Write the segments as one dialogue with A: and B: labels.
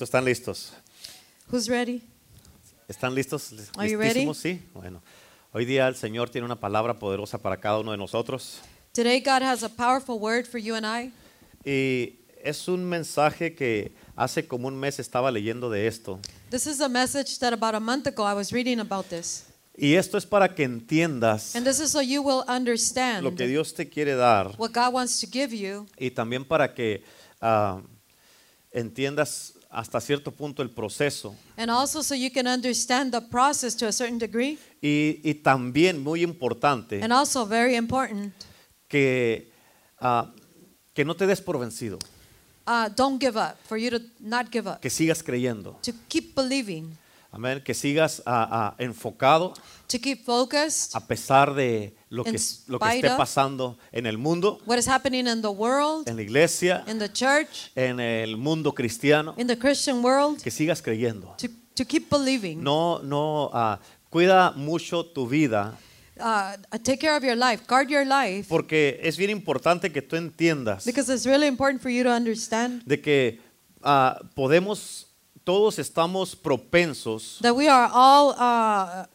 A: ¿Están listos?
B: Who's ready?
A: ¿Están listos?
B: Are you
A: ¿Listísimos? Sí. Bueno, hoy día el Señor tiene una palabra poderosa para cada uno de nosotros
B: Today, God has a powerful word for you and I.
A: y es un mensaje que hace como un mes estaba leyendo de esto
B: This is a message that about a month ago I was reading about this.
A: y esto es para que entiendas
B: And this is so you will understand
A: lo que Dios te quiere dar
B: what God wants to give you
A: y también para que ah, entiendas hasta cierto punto el proceso
B: and also so you can understand the process to a certain degree.
A: y, y también muy importante
B: And also very important,
A: que, ah, que no te des por vencido,
B: uh, don't give up, for you to not give up,
A: que sigas creyendo,
B: to keep believing,
A: amén, que sigas ah, ah, enfocado
B: to keep focused,
A: a pesar de lo que,
B: In
A: lo que esté
B: spite of-
A: pasando en el mundo,
B: what is happening in the world,
A: en la iglesia,
B: in the church,
A: en el mundo cristiano,
B: in the Christian world,
A: que sigas creyendo.
B: to, to keep believing.
A: No, no, ah, cuida mucho tu vida
B: Uh, take care of your life, guard your life.
A: porque es bien importante que tú entiendas
B: Because it's really important for you to understand
A: de que ah, podemos, todos estamos propensos,
B: that we are all uh,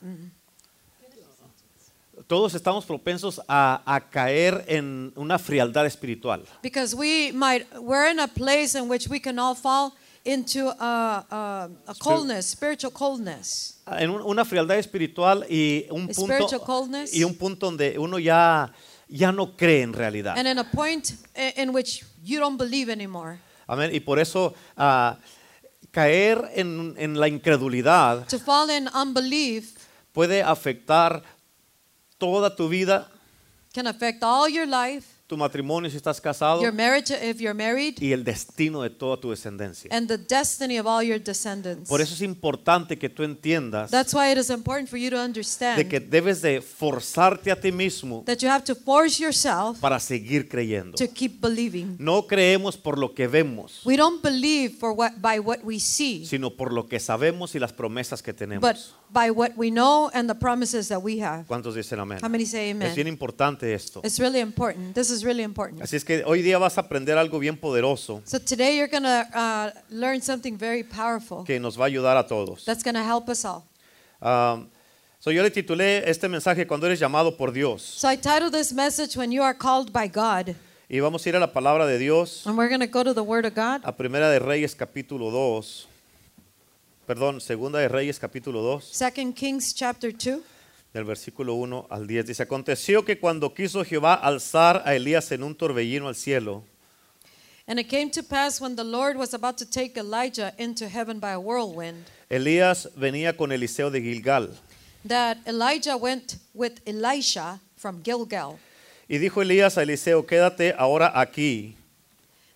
A: todos estamos propensos a, a caer en una frialdad espiritual.
B: because we might we're in a place in which we can all fall into a, a, a coldness, spiritual coldness,
A: En un- una frialdad espiritual y un
B: Spiritual
A: punto,
B: coldness.
A: y un punto donde uno ya, ya no cree en realidad.
B: and in a point in, in which you don't believe anymore.
A: Amén. Y por eso ah, caer en, en la incredulidad
B: To fall in unbelief
A: puede afectar toda tu vida,
B: can affect all your life,
A: tu matrimonio si estás casado
B: your marriage if you're married,
A: y el destino de toda tu descendencia.
B: and the destiny of all your descendants.
A: Por eso es importante que tú entiendas
B: That's why it is important for you to
A: de que
B: understand
A: debes de forzarte a ti mismo
B: that you have to force yourself
A: para seguir creyendo.
B: to keep believing.
A: No creemos por lo que vemos,
B: We don't believe for what by what we see,
A: sino por lo que sabemos y las promesas que
B: but
A: tenemos.
B: by what we know and the promises that we have.
A: ¿Cuántos dicen amén?
B: How many say
A: Es bien
B: amen?
A: importante esto.
B: It's really important. This is really important.
A: Así es que hoy día vas a aprender algo bien poderoso
B: So today you're going to uh, learn something very powerful
A: que nos va a ayudar a todos.
B: that's going to help us all.
A: Um, so yo le titulé este mensaje cuando eres llamado por Dios.
B: So I titled this message When You Are Called by God.
A: Y vamos a ir a la palabra de Dios,
B: And we're going to go to the Word of God,
A: a Primera de Reyes capítulo 2. Perdón, Segunda de Reyes capítulo 2,
B: 2 Kings chapter 2.
A: del versículo 1 al 10. Dice, aconteció que cuando quiso Jehová alzar a Elías en un torbellino al cielo,
B: And it came to pass when the Lord was about to take Elijah into heaven by a whirlwind,
A: Elías venía con Eliseo de Gilgal.
B: that Elijah went with Elisha from Gilgal.
A: Y dijo Elías a Eliseo, quédate ahora aquí,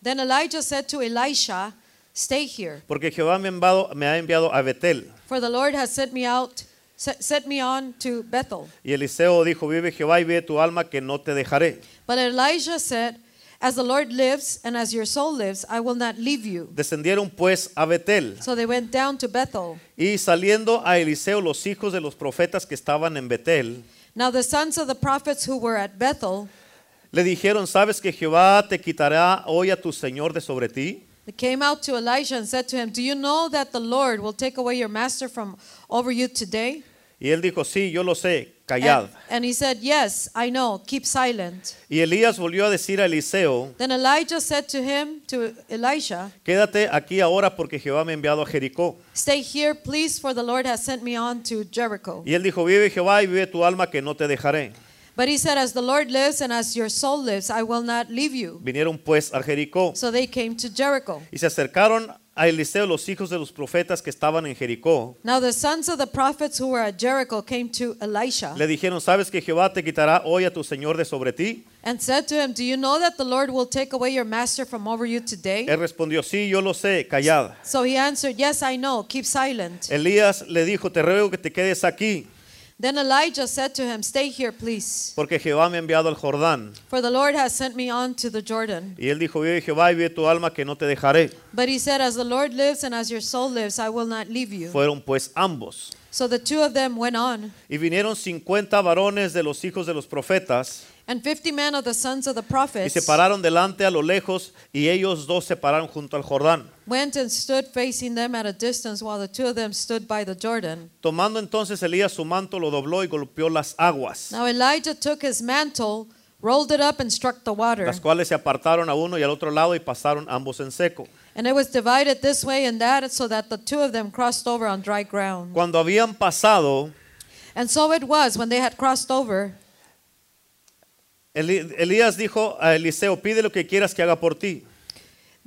B: Then Elijah said to Elisha, Stay here,
A: porque Jehová me ha enviado, me ha enviado a Betel.
B: for the Lord has sent me out, se- sent me on to Bethel.
A: Y Eliseo dijo, vive Jehová y vive tu alma, que no te dejaré.
B: But Elijah said, As the Lord lives and as your soul lives, I will not leave you.
A: Descendieron pues a Betel.
B: So they went down to Bethel.
A: Y saliendo a Eliseo los hijos de los profetas que estaban en Betel,
B: Now the sons of the prophets who were at Bethel
A: le dijeron, ¿sabes que Jehová te quitará hoy a tu Señor de sobre ti?
B: they came out to Elisha and said to him, Do you know that the Lord will take away your master from over you today?
A: Y él dijo, sí, yo lo sé, callad.
B: And, and he said, Yes, I know, keep silent.
A: Y Elías volvió a decir a Eliseo,
B: Then Elijah said to him, to Elisha,
A: quédate aquí ahora porque Jehová me ha enviado a Jericó.
B: Stay here, please, for the Lord has sent me on to Jericho.
A: Y él dijo, vive Jehová y vive tu alma, que no te dejaré.
B: But he said, As the Lord lives and as your soul lives, I will not leave you.
A: Vinieron pues a Jericó.
B: So they came to Jericho.
A: Y se acercaron a Eliseo los hijos de los profetas que estaban en Jericó.
B: Now the sons of the prophets who were at Jericho came to Elisha
A: Le dijeron, ¿sabes que Jehová te quitará hoy a tu Señor de sobre ti?
B: and said to him, Do you know that the Lord will take away your master from over you today?
A: Él respondió, sí, yo lo sé, callad.
B: So he answered, Yes, I know, keep silent.
A: Elías le dijo, te ruego que te quedes aquí,
B: Then Elijah said to him, Stay here, please,
A: porque Jehová me ha enviado al Jordán.
B: for the Lord has sent me on to the Jordan.
A: Y él dijo, vive Jehová y vive tu alma, que no te dejaré.
B: But he said, As the Lord lives and as your soul lives, I will not leave you.
A: Fueron pues ambos.
B: So the two of them went on,
A: Y vinieron 50 varones de los hijos de los profetas
B: and fifty men of the sons of the
A: y
B: prophets,
A: se pararon delante a lo lejos y ellos dos se pararon junto al Jordán.
B: went and stood facing them at a distance while the two of them stood by the Jordan.
A: Tomando entonces Elías su manto, lo dobló y golpeó las aguas,
B: Now Elijah took his mantle, rolled it up, and struck the water.
A: las cuales se apartaron a uno y al otro lado y pasaron ambos en seco.
B: And it was divided this way and that so that the two of them crossed over on dry ground.
A: Cuando habían pasado,
B: And so it was when they had crossed over.
A: Eli- Elías dijo a Eliseo, pide lo que quieras que haga por ti.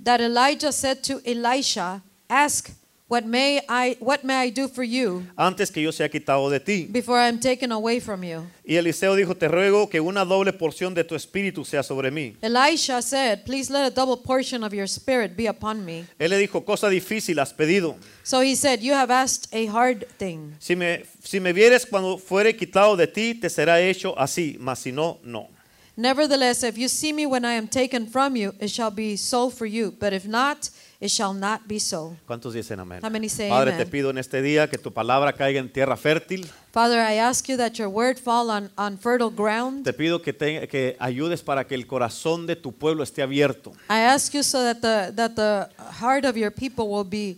B: that Elijah said to Elisha, "Ask what may I what may I do for you
A: antes que yo sea quitado de ti.
B: before I am taken away from you?"
A: Y Eliseo dijo, te ruego que una doble porción de tu espíritu sea sobre mí.
B: Elisha said, "Please let a double portion of your spirit be upon me."
A: Él le dijo, cosa difícil has pedido.
B: So he said, "You have asked a hard thing.
A: Si me, si me vieres cuando fuere quitado de ti, te será hecho así, mas si no, no.
B: Nevertheless, if you see me when I am taken from you, it shall be so for you, but if not, it shall not be so."
A: ¿Cuántos dicen amén?
B: How many say
A: Padre,
B: amen?
A: te pido en este día que tu palabra caiga en tierra fértil.
B: Father, I ask you that your word fall on, on fertile ground.
A: Te pido que, te- que ayudes para que el corazón de tu pueblo esté abierto
B: I ask you so that the that the heart of your people will be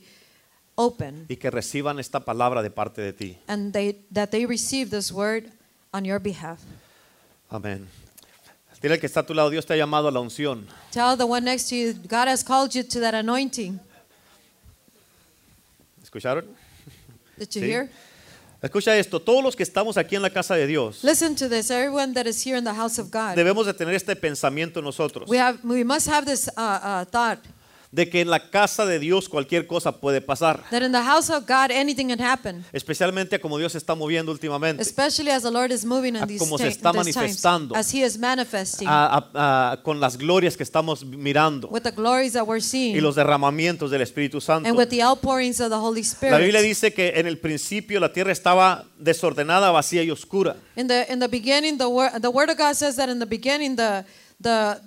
B: open.
A: y que reciban esta palabra de parte de ti.
B: and they, that they receive this word on your behalf.
A: Amén. Dile al que está a tu lado, Dios te ha llamado a la unción.
B: Tell the one next to you, God has called you to that anointing.
A: ¿Escucharon?
B: Did you
A: Sí.
B: hear?
A: Escucha esto, todos los que estamos aquí en la casa de Dios
B: Listen to this, everyone that is here in the house of God.
A: debemos de tener este pensamiento en nosotros,
B: We have, we must have this uh, uh, thought
A: de que en la casa de Dios cualquier cosa puede pasar,
B: that in the house of God anything can happen,
A: especialmente como Dios se está moviendo últimamente,
B: especially as the Lord is moving
A: A
B: in these,
A: como se
B: ta-
A: está
B: these times,
A: manifestando. Ah,
B: as He is manifesting
A: a- a- a- con las glorias que estamos mirando
B: with the glories that
A: y
B: we're seeing
A: los derramamientos del Espíritu Santo.
B: and with the outpourings of the Holy
A: La Biblia
B: Spirit.
A: dice que en el principio la tierra estaba desordenada, vacía y oscura.
B: In the in the beginning, the word the Word of God says that in the beginning the the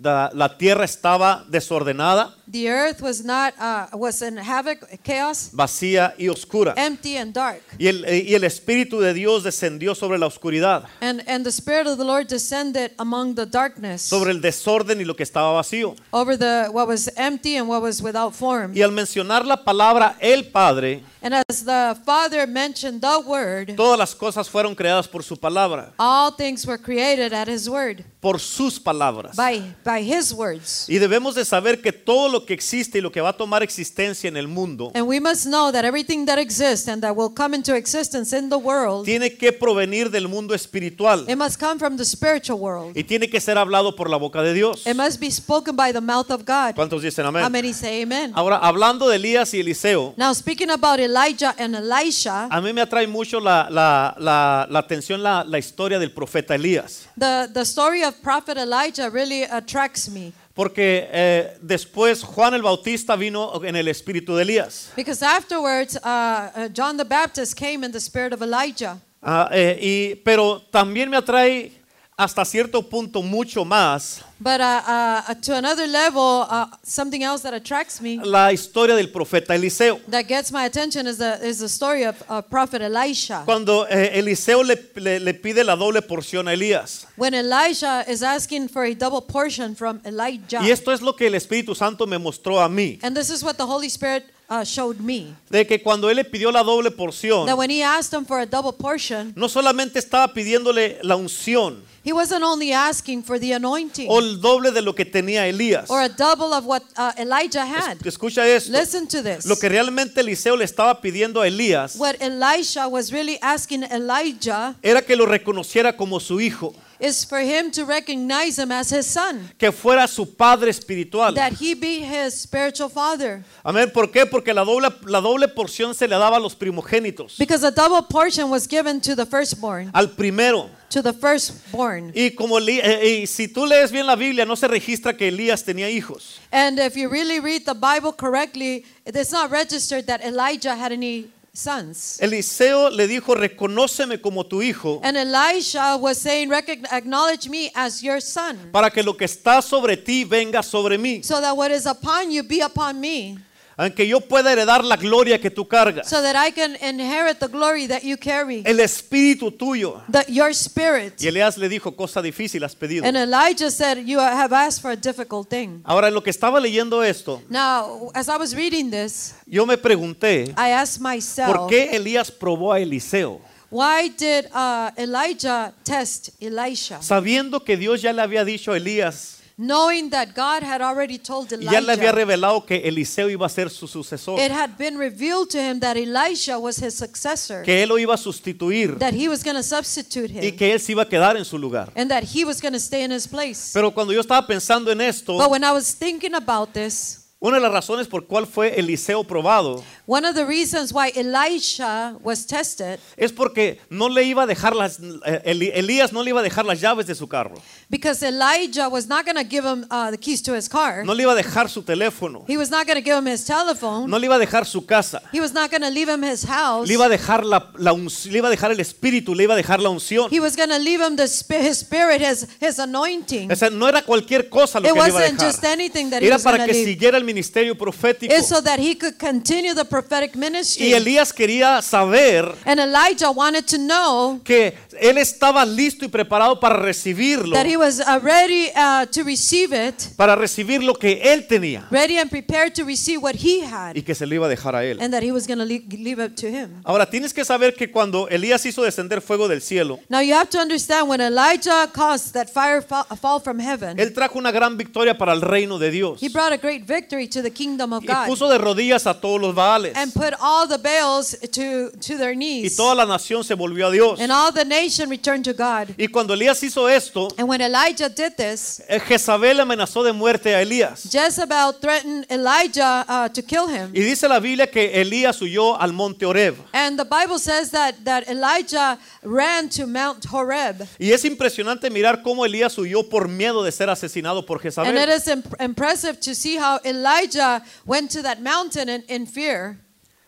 A: La, la tierra estaba desordenada,
B: The earth was not uh, was in havoc, chaos,
A: vacía y oscura.
B: empty and dark.
A: Y el, eh, y el Espíritu de Dios descendió sobre la oscuridad,
B: And and the spirit of the Lord descended among the darkness,
A: sobre el desorden y lo que estaba vacío.
B: over the what was empty and what was without form.
A: Y al mencionar la palabra el Padre,
B: And as the Father mentioned the word,
A: todas las cosas fueron creadas por su palabra,
B: all things were created at His word,
A: por sus palabras.
B: by by His words.
A: Y debemos de saber que todo lo que existe y lo que va a tomar existencia en el mundo
B: And we must know that everything that exists and that will come into existence in the world,
A: tiene que provenir del mundo espiritual
B: it must come from the spiritual world.
A: y tiene que ser hablado por la boca de Dios.
B: It must be spoken by the mouth of God.
A: ¿Cuántos dicen
B: How
A: amén?
B: many say Amen?
A: Ahora, hablando de Elías y Eliseo,
B: Now, speaking about Elijah and Elisha,
A: a mí me atrae mucho la, la- la- la atención la, la historia del profeta Elías,
B: the, the story of Prophet Elijah really attracts me
A: porque eh, después Juan el Bautista vino en el espíritu de Elías.
B: because afterwards, uh, uh, John the Baptist came in the spirit of Elijah.
A: Ah, eh, y- pero también me atrae hasta cierto punto mucho más
B: But uh, uh, uh, to another level, uh, something else that attracts me,
A: la historia del profeta Eliseo.
B: that gets my attention, is the, is the story of uh, Prophet Elisha.
A: Cuando eh, Eliseo le, le- le pide la doble porción a Elías.
B: When Elisha is asking for a double portion from
A: Y
B: Elijah.
A: esto es lo que el Espíritu Santo me mostró a mí.
B: And this is what the Holy Spirit uh, showed me.
A: De que cuando él le pidió la doble porción,
B: That when he asked him for a double portion,
A: no solamente estaba pidiéndole la unción
B: he wasn't only asking for the anointing.
A: o el doble de lo que tenía Elías.
B: or a double of what uh, Elijah had.
A: Es- Escucha esto.
B: Listen to this.
A: Lo que realmente Eliseo le estaba pidiendo a Elías
B: What Elisha was really asking Elijah
A: era que lo reconociera como su hijo,
B: is for him to recognize him as his son,
A: que fuera su padre espiritual.
B: that he be his spiritual father.
A: Amén. ¿Por qué? Porque la doble, la doble porción se le daba a los primogénitos,
B: Because a double portion was given to the firstborn,
A: al primero.
B: to the firstborn.
A: Y como Eli- eh, y si tú lees bien la Biblia, no se registra que Elías tenía hijos.
B: And if you really read the Bible correctly, it's not registered that Elijah had any sons.
A: Eliseo le dijo, reconóceme como tu hijo,
B: And Elisha was saying, "Recogn- acknowledge me as your son,
A: para que lo que está sobre ti venga sobre mí.
B: so that what is upon you be upon me.
A: aunque yo pueda heredar la gloria que tú cargas,
B: so that I can inherit the glory that you carry,
A: el espíritu tuyo.
B: that your spirit.
A: Y Elías le dijo, cosa difícil has pedido.
B: And Elijah said, You have asked for a difficult thing.
A: Ahora, lo que estaba leyendo esto,
B: Now, as I was reading this,
A: yo me pregunté,
B: I asked
A: ¿por
B: myself,
A: qué Elías probó a Eliseo?
B: why did uh, Elijah test Elisha?
A: Sabiendo que Dios ya le había dicho a Elías,
B: Knowing that God had already told
A: y ya le había
B: Elijah,
A: revelado que Eliseo iba a ser su sucesor,
B: it had been revealed to him that Elisha was his successor,
A: que él lo iba a sustituir
B: that he was going to substitute
A: y
B: him,
A: que él se iba a quedar en su lugar.
B: and that he was going to stay in his place.
A: Pero cuando yo estaba pensando en esto,
B: But when I was thinking about this,
A: una de las razones por cuál fue Eliseo probado
B: one of the reasons why Elisha was tested
A: es porque no le iba a dejar las eh, Eli- Elías no le iba a dejar las llaves de su carro,
B: because Elijah was not going to give him uh, the keys to his car.
A: no le iba a dejar su teléfono,
B: He was not going to give him his telephone.
A: no le iba a dejar su casa,
B: He was not going to leave him his house.
A: le iba a dejar la, la unci- le iba a dejar el espíritu, le iba a dejar la unción.
B: He was going to leave him the spi- his spirit, his, his anointing.
A: O sea, no era cualquier cosa lo
B: It
A: que le iba a
B: wasn't
A: dejar.
B: just anything that he
A: Era
B: was
A: para
B: gonna
A: que
B: leave.
A: siguiera el ministerio profético.
B: It's so that he could continue the prophetic ministry.
A: Y Elías quería saber
B: and Elijah wanted to know
A: que él estaba listo y preparado para recibirlo,
B: that he was uh, ready uh, to receive it,
A: para recibir lo que él tenía
B: ready and prepared to receive what he had,
A: y que se lo iba a dejar a él.
B: and that he was going to leave, leave it to him.
A: Ahora tienes que saber que cuando Elías hizo descender fuego del cielo,
B: Now you have to understand when Elijah caused that fire fall, fall from heaven,
A: él trajo una gran victoria para el reino de Dios
B: he brought a great victory to the kingdom of
A: y
B: God.
A: puso de rodillas a todos los baales
B: and put all the Baals to, to their
A: y
B: knees.
A: toda la nación se volvió a Dios.
B: And all the nation returned to God.
A: Y cuando Elías hizo esto,
B: And when Elijah did this,
A: eh, Jezabel amenazó de muerte a Elías.
B: Jezebel threatened Elijah uh, to kill him.
A: Y dice la Biblia que Elías huyó al monte Oreb.
B: And the Bible says that, that Elijah ran to Mount Horeb.
A: Y es impresionante mirar cómo Elías huyó por miedo de ser asesinado por
B: And
A: Jezabel.
B: it is imp- impressive to see how Elijah went to that mountain in, in fear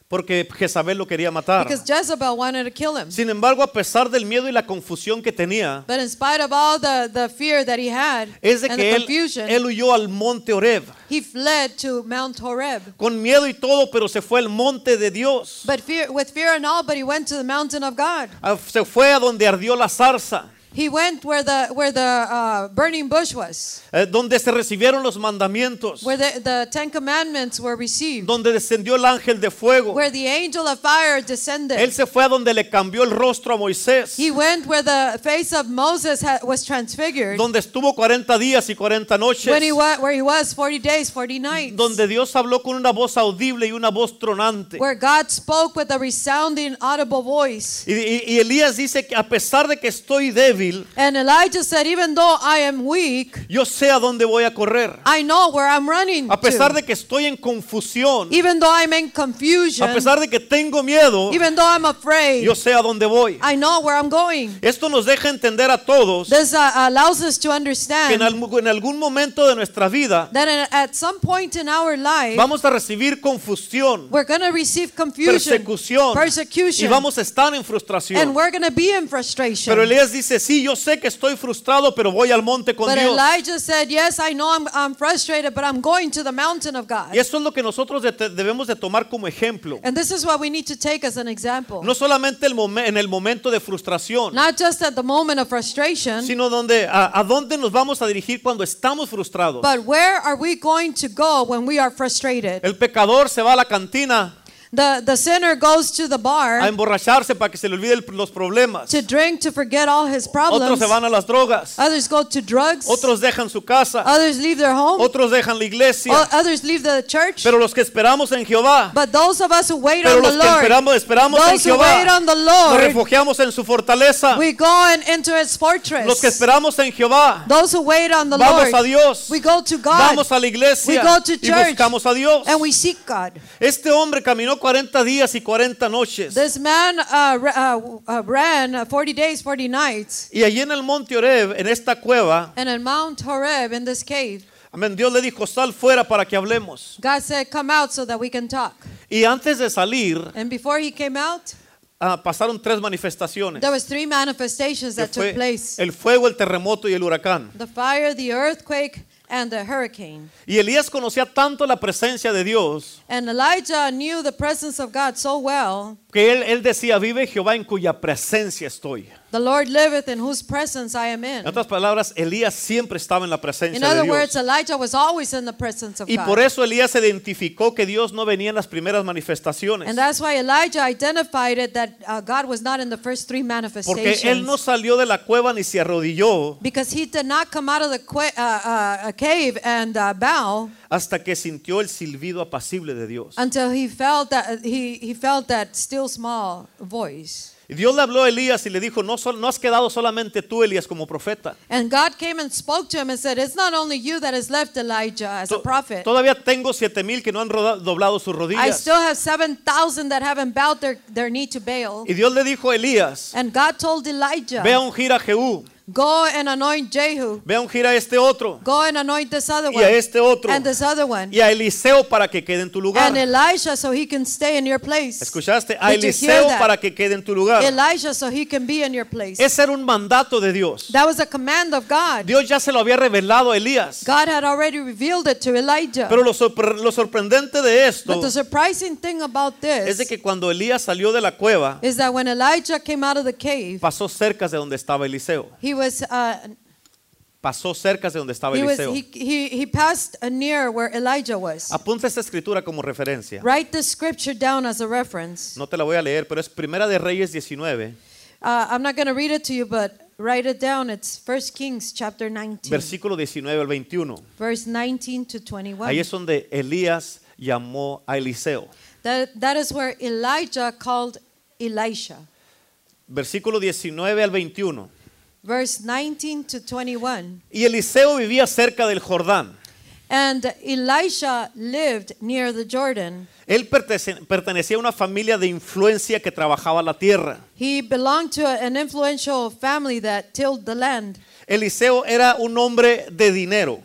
A: Porque Jezabel lo quería matar.
B: because Jezebel wanted to kill him.
A: Sin embargo, a pesar del miedo y la confusión que tenía,
B: But in spite of all the, the fear that he had
A: es de
B: and the
A: que él,
B: confusion,
A: él huyó al monte Oreb.
B: he fled to Mount Horeb.
A: Con miedo y todo, pero se fue al monte de Dios.
B: But fear, with fear and all, but he went to the mountain of God.
A: A- Ah, Se fue a donde ardió la zarza,
B: He went where the where the uh, burning bush was,
A: eh, donde se recibieron los mandamientos,
B: where the, the Ten Commandments were received,
A: donde descendió el ángel de fuego.
B: where the angel of fire descended.
A: Él se fue a donde le cambió el rostro a Moisés,
B: he went where the face of Moses ha- was transfigured.
A: donde estuvo 40 días y 40 noches.
B: When he wa- where he was 40 days, 40 nights,
A: donde Dios habló con una voz audible y una voz tronante.
B: where God spoke with a resounding, audible voice.
A: Y, y- y Elías dice que a pesar de que estoy débil,
B: And Elijah said, Even though I am weak,
A: yo sé a dónde voy a correr.
B: I know where I'm running.
A: A pesar
B: to.
A: de que estoy en confusión,
B: Even though I'm in confusion,
A: a pesar de que tengo miedo,
B: even though I'm afraid,
A: yo sé a dónde voy.
B: I know where I'm going.
A: Esto nos deja entender a todos
B: This uh, allows us to
A: que en,
B: understand
A: al- en algún momento de nuestra vida
B: that in- at some point in our life,
A: vamos a recibir confusión,
B: we're going to receive confusion,
A: persecución y
B: persecution,
A: vamos a estar en
B: and
A: frustración.
B: we're going to be in frustration.
A: Pero Elías dice, sí, yo sé que estoy frustrado, pero voy al monte con
B: but
A: Dios.
B: Elijah said, Yes, I know I'm, I'm frustrated, but I'm going to the mountain of God.
A: Y eso es lo que nosotros de- debemos de tomar como ejemplo.
B: And this is what we need to take as an example.
A: No solamente el momen- en el momento de frustración,
B: Not just at the moment of frustration,
A: sino donde a, a dónde nos vamos a dirigir cuando estamos frustrados.
B: but where are we going to go when we are frustrated?
A: El pecador se va a la cantina
B: The, the sinner goes to the
A: a
B: bar
A: emborracharse para que se le olvide el- los problemas.
B: to drink to forget all his
A: Otros
B: problems.
A: se van a las drogas.
B: Others go to drugs.
A: Otros dejan su casa.
B: Others leave their home.
A: Otros dejan la
B: O-
A: iglesia.
B: Others leave the church.
A: Pero los que esperamos en Jehová,
B: Oh, but those of us who wait
A: pero
B: on the
A: los que
B: Lord,
A: esperamos, esperamos en
B: those who wait
A: Jehová,
B: on the
A: nos
B: Lord,
A: refugiamos en su fortaleza.
B: we go and enter His fortress.
A: Los que esperamos en Jehová,
B: those who wait on the
A: vamos
B: Lord,
A: a Dios.
B: we go to God
A: Vamos a la iglesia
B: We go to
A: y
B: church.
A: buscamos a Dios.
B: and we seek God.
A: Este hombre caminó 40 días y 40 noches.
B: This man uh, ra- uh, uh, ran uh, 40 days, 40 nights,
A: Y allí en el monte Oreb, en esta cueva,
B: and in Mount Horeb, in this cave,
A: amén, Dios le dijo, sal fuera para que hablemos.
B: God said, "Come out so that we can talk."
A: Y antes de salir,
B: And before he came out,
A: ah, pasaron tres manifestaciones.
B: there was three manifestations
A: que
B: that took
A: fue
B: place:
A: el fuego, el terremoto y el huracán.
B: the fire, the earthquake, and the hurricane.
A: Y Elías conocía tanto la presencia de Dios
B: And Elijah knew the presence of God so well.
A: que él, él decía, vive Jehová en cuya presencia estoy.
B: The Lord liveth in whose presence I am
A: En
B: in.
A: otras palabras, Elías siempre estaba en la presencia
B: In
A: de
B: other
A: Dios.
B: words, Elijah was always in the presence of
A: y por
B: God.
A: eso Elías identificó que Dios no venía en las primeras manifestaciones.
B: And that's why Elijah identified it that uh, God was not in the first three
A: Porque él no
B: manifestations.
A: salió de la cueva ni se arrodilló
B: Because he did not come out of the que- uh, uh, a cave and uh, bow
A: hasta que sintió el silbido apacible de Dios.
B: until he felt that uh, he, he felt that still small voice.
A: Y Dios le habló a Elías y le dijo, no, sol- no has quedado solamente tú, Elías, como profeta.
B: And God came and spoke to him and said, "It's not only you that has left Elijah as a
A: To-
B: prophet.
A: Todavía tengo siete mil que no han roda- doblado sus
B: I
A: rodillas.
B: still have 7,000 that haven't bowed their, their knee to Baal."
A: Y Dios le dijo a Elías,
B: And God told Elijah,
A: ve a ungir a Jehú,
B: "Go and anoint Jehu.
A: ve a ungir a este otro
B: Go and anoint this other
A: y a
B: one
A: este otro
B: and this other one
A: y a Eliseo para que quede en tu lugar.
B: and Elisha so he can stay in your place."
A: ¿Escuchaste? A
B: Did you hear
A: Eliseo
B: that?
A: para que quede en tu lugar.
B: Elijah so he can be in your place.
A: Ese era un mandato de Dios.
B: That was a command of God.
A: Dios ya se lo había revelado a Elías.
B: God had already revealed it to Elijah.
A: Pero lo, sorpre- lo sorprendente de
B: But
A: esto
B: the surprising thing about
A: es
B: this
A: de que cuando Elías salió de la cueva,
B: is that when Elijah came out of the cave,
A: pasó cerca de donde estaba Eliseo.
B: he was uh,
A: Pasó cerca de donde estaba
B: he was
A: Eliseo.
B: he, he, he passed uh, near where Elijah was.
A: Apunta esta escritura como referencia.
B: Write this scripture down as a reference.
A: No te la voy a leer, pero es Primera de Reyes 19,
B: Uh, I'm not going to read it to you, but write it down. It's 1 Kings chapter 19,
A: versículo 19 al 21.
B: verse 19 to 21.
A: Ahí es donde Elías llamó a Eliseo.
B: That, that is where Elijah called Elisha.
A: Versículo 19 al 21.
B: Verse 19 to 21.
A: Y Eliseo vivía cerca del Jordán.
B: And Elisha lived near the Jordan.
A: Él pertece- pertenecía a una familia de influencia que trabajaba la tierra.
B: He belonged to an influential family that tilled the land.
A: Eliseo era un hombre de dinero.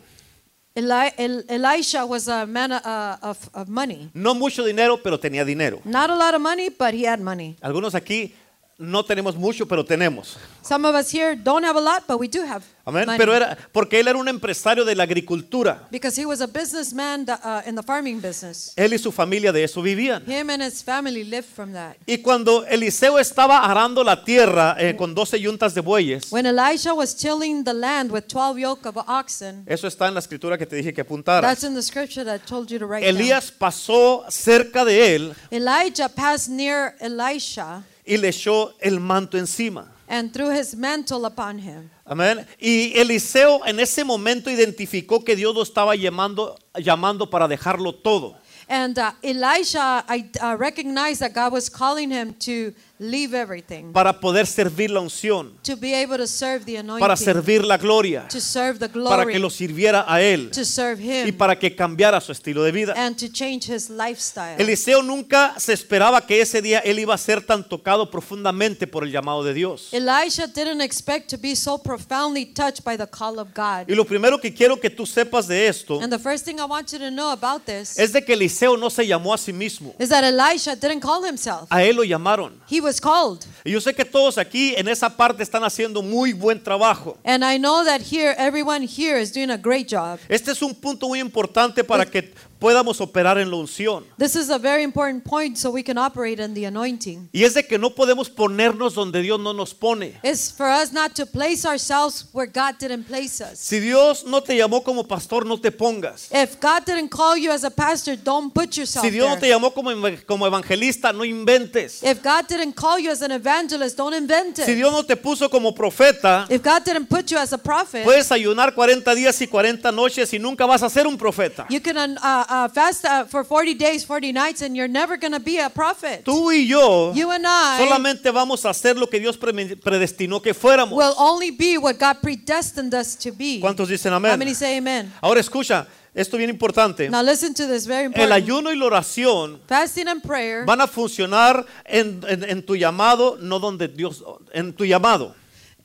B: Eli- El- Elisha was a man uh, of, of money.
A: No mucho dinero, pero tenía dinero.
B: Not a lot of money, but he had money.
A: Algunos aquí no tenemos mucho, pero tenemos.
B: Some of us here don't have a lot, but we do have
A: Amén.
B: money.
A: Pero era porque él era un empresario de la agricultura.
B: because he was a businessman that, uh, in the farming business.
A: Él y su familia de eso vivían.
B: Him and his family lived from that.
A: Y cuando Eliseo estaba arando la tierra eh, con 12 yuntas de bueyes,
B: When Elisha was tilling the land with 12 yoke of oxen,
A: eso está en la escritura que te dije que apuntara.
B: that's in the scripture that I told you to write
A: Elías pasó cerca de él
B: down. Elijah passed near Elisha
A: y le echó el manto encima.
B: and threw his mantle upon him.
A: Amén. Y Eliseo en ese momento identificó que Dios lo estaba llamando, llamando para dejarlo todo.
B: And uh, Elisha I, uh, recognized that God was calling him to leave everything,
A: para poder servir la unción,
B: to be able to serve the anointing,
A: para servir la gloria,
B: to serve the
A: para que
B: glory,
A: lo sirviera a él
B: to serve him.
A: y para que cambiara su estilo de vida.
B: and to change his lifestyle.
A: Eliseo nunca se esperaba que ese día él iba a ser tan tocado profundamente por el llamado de Dios.
B: Elisha didn't expect to be so profoundly touched by the call of
A: Y
B: God.
A: lo primero que quiero que tú sepas de esto
B: And the first thing I want you to know about this
A: es de que Eliseo no se llamó a sí mismo,
B: is that Elisha didn't call himself.
A: a él lo llamaron.
B: He was called.
A: Y yo sé que todos aquí en esa parte están haciendo muy buen trabajo.
B: And I know that here everyone here is doing a great job.
A: Este es un punto muy importante para que podamos operar en la unción.
B: This is a very important point so we can operate in the anointing.
A: Y es de que no podemos ponernos donde Dios no nos pone.
B: It's for us not to place ourselves where God didn't place us.
A: Si Dios no te llamó como pastor, no te pongas.
B: If God didn't call you as a pastor, don't put yourself
A: Si Dios no te
B: there.
A: llamó como, eva- como evangelista, no inventes.
B: If God didn't call you as an evangelist, don't invent it.
A: Si Dios no te puso como profeta,
B: If God didn't put you as a prophet,
A: puedes ayunar 40 días y 40 noches y nunca vas a ser un profeta.
B: you can uh, uh, fast uh, for 40 days, 40 nights, and you're never going to be a prophet.
A: Tú y yo
B: You and I
A: solamente vamos a hacer lo que Dios pre- predestinó que fuéramos.
B: will only be what God predestined us to be.
A: ¿Cuántos dicen
B: How many
A: amén?
B: say amen?
A: Ahora escucha, esto bien importante.
B: Now listen to this very
A: El
B: important.
A: ayuno y la oración
B: Fasting and prayer
A: van a funcionar en, en- en tu llamado, no donde Dios, en tu llamado,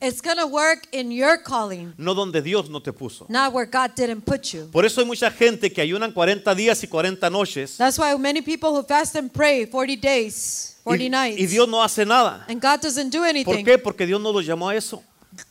B: it's going to work in your calling,
A: no donde Dios no te puso.
B: not where God didn't put you.
A: Por eso hay mucha gente que ayunan 40 días y 40 noches
B: That's why many people who fast and pray 40 days,
A: y,
B: 40 nights,
A: y Dios no hace nada.
B: and God doesn't do
A: ¿Por
B: anything.
A: qué? Porque Dios no los llamó a eso.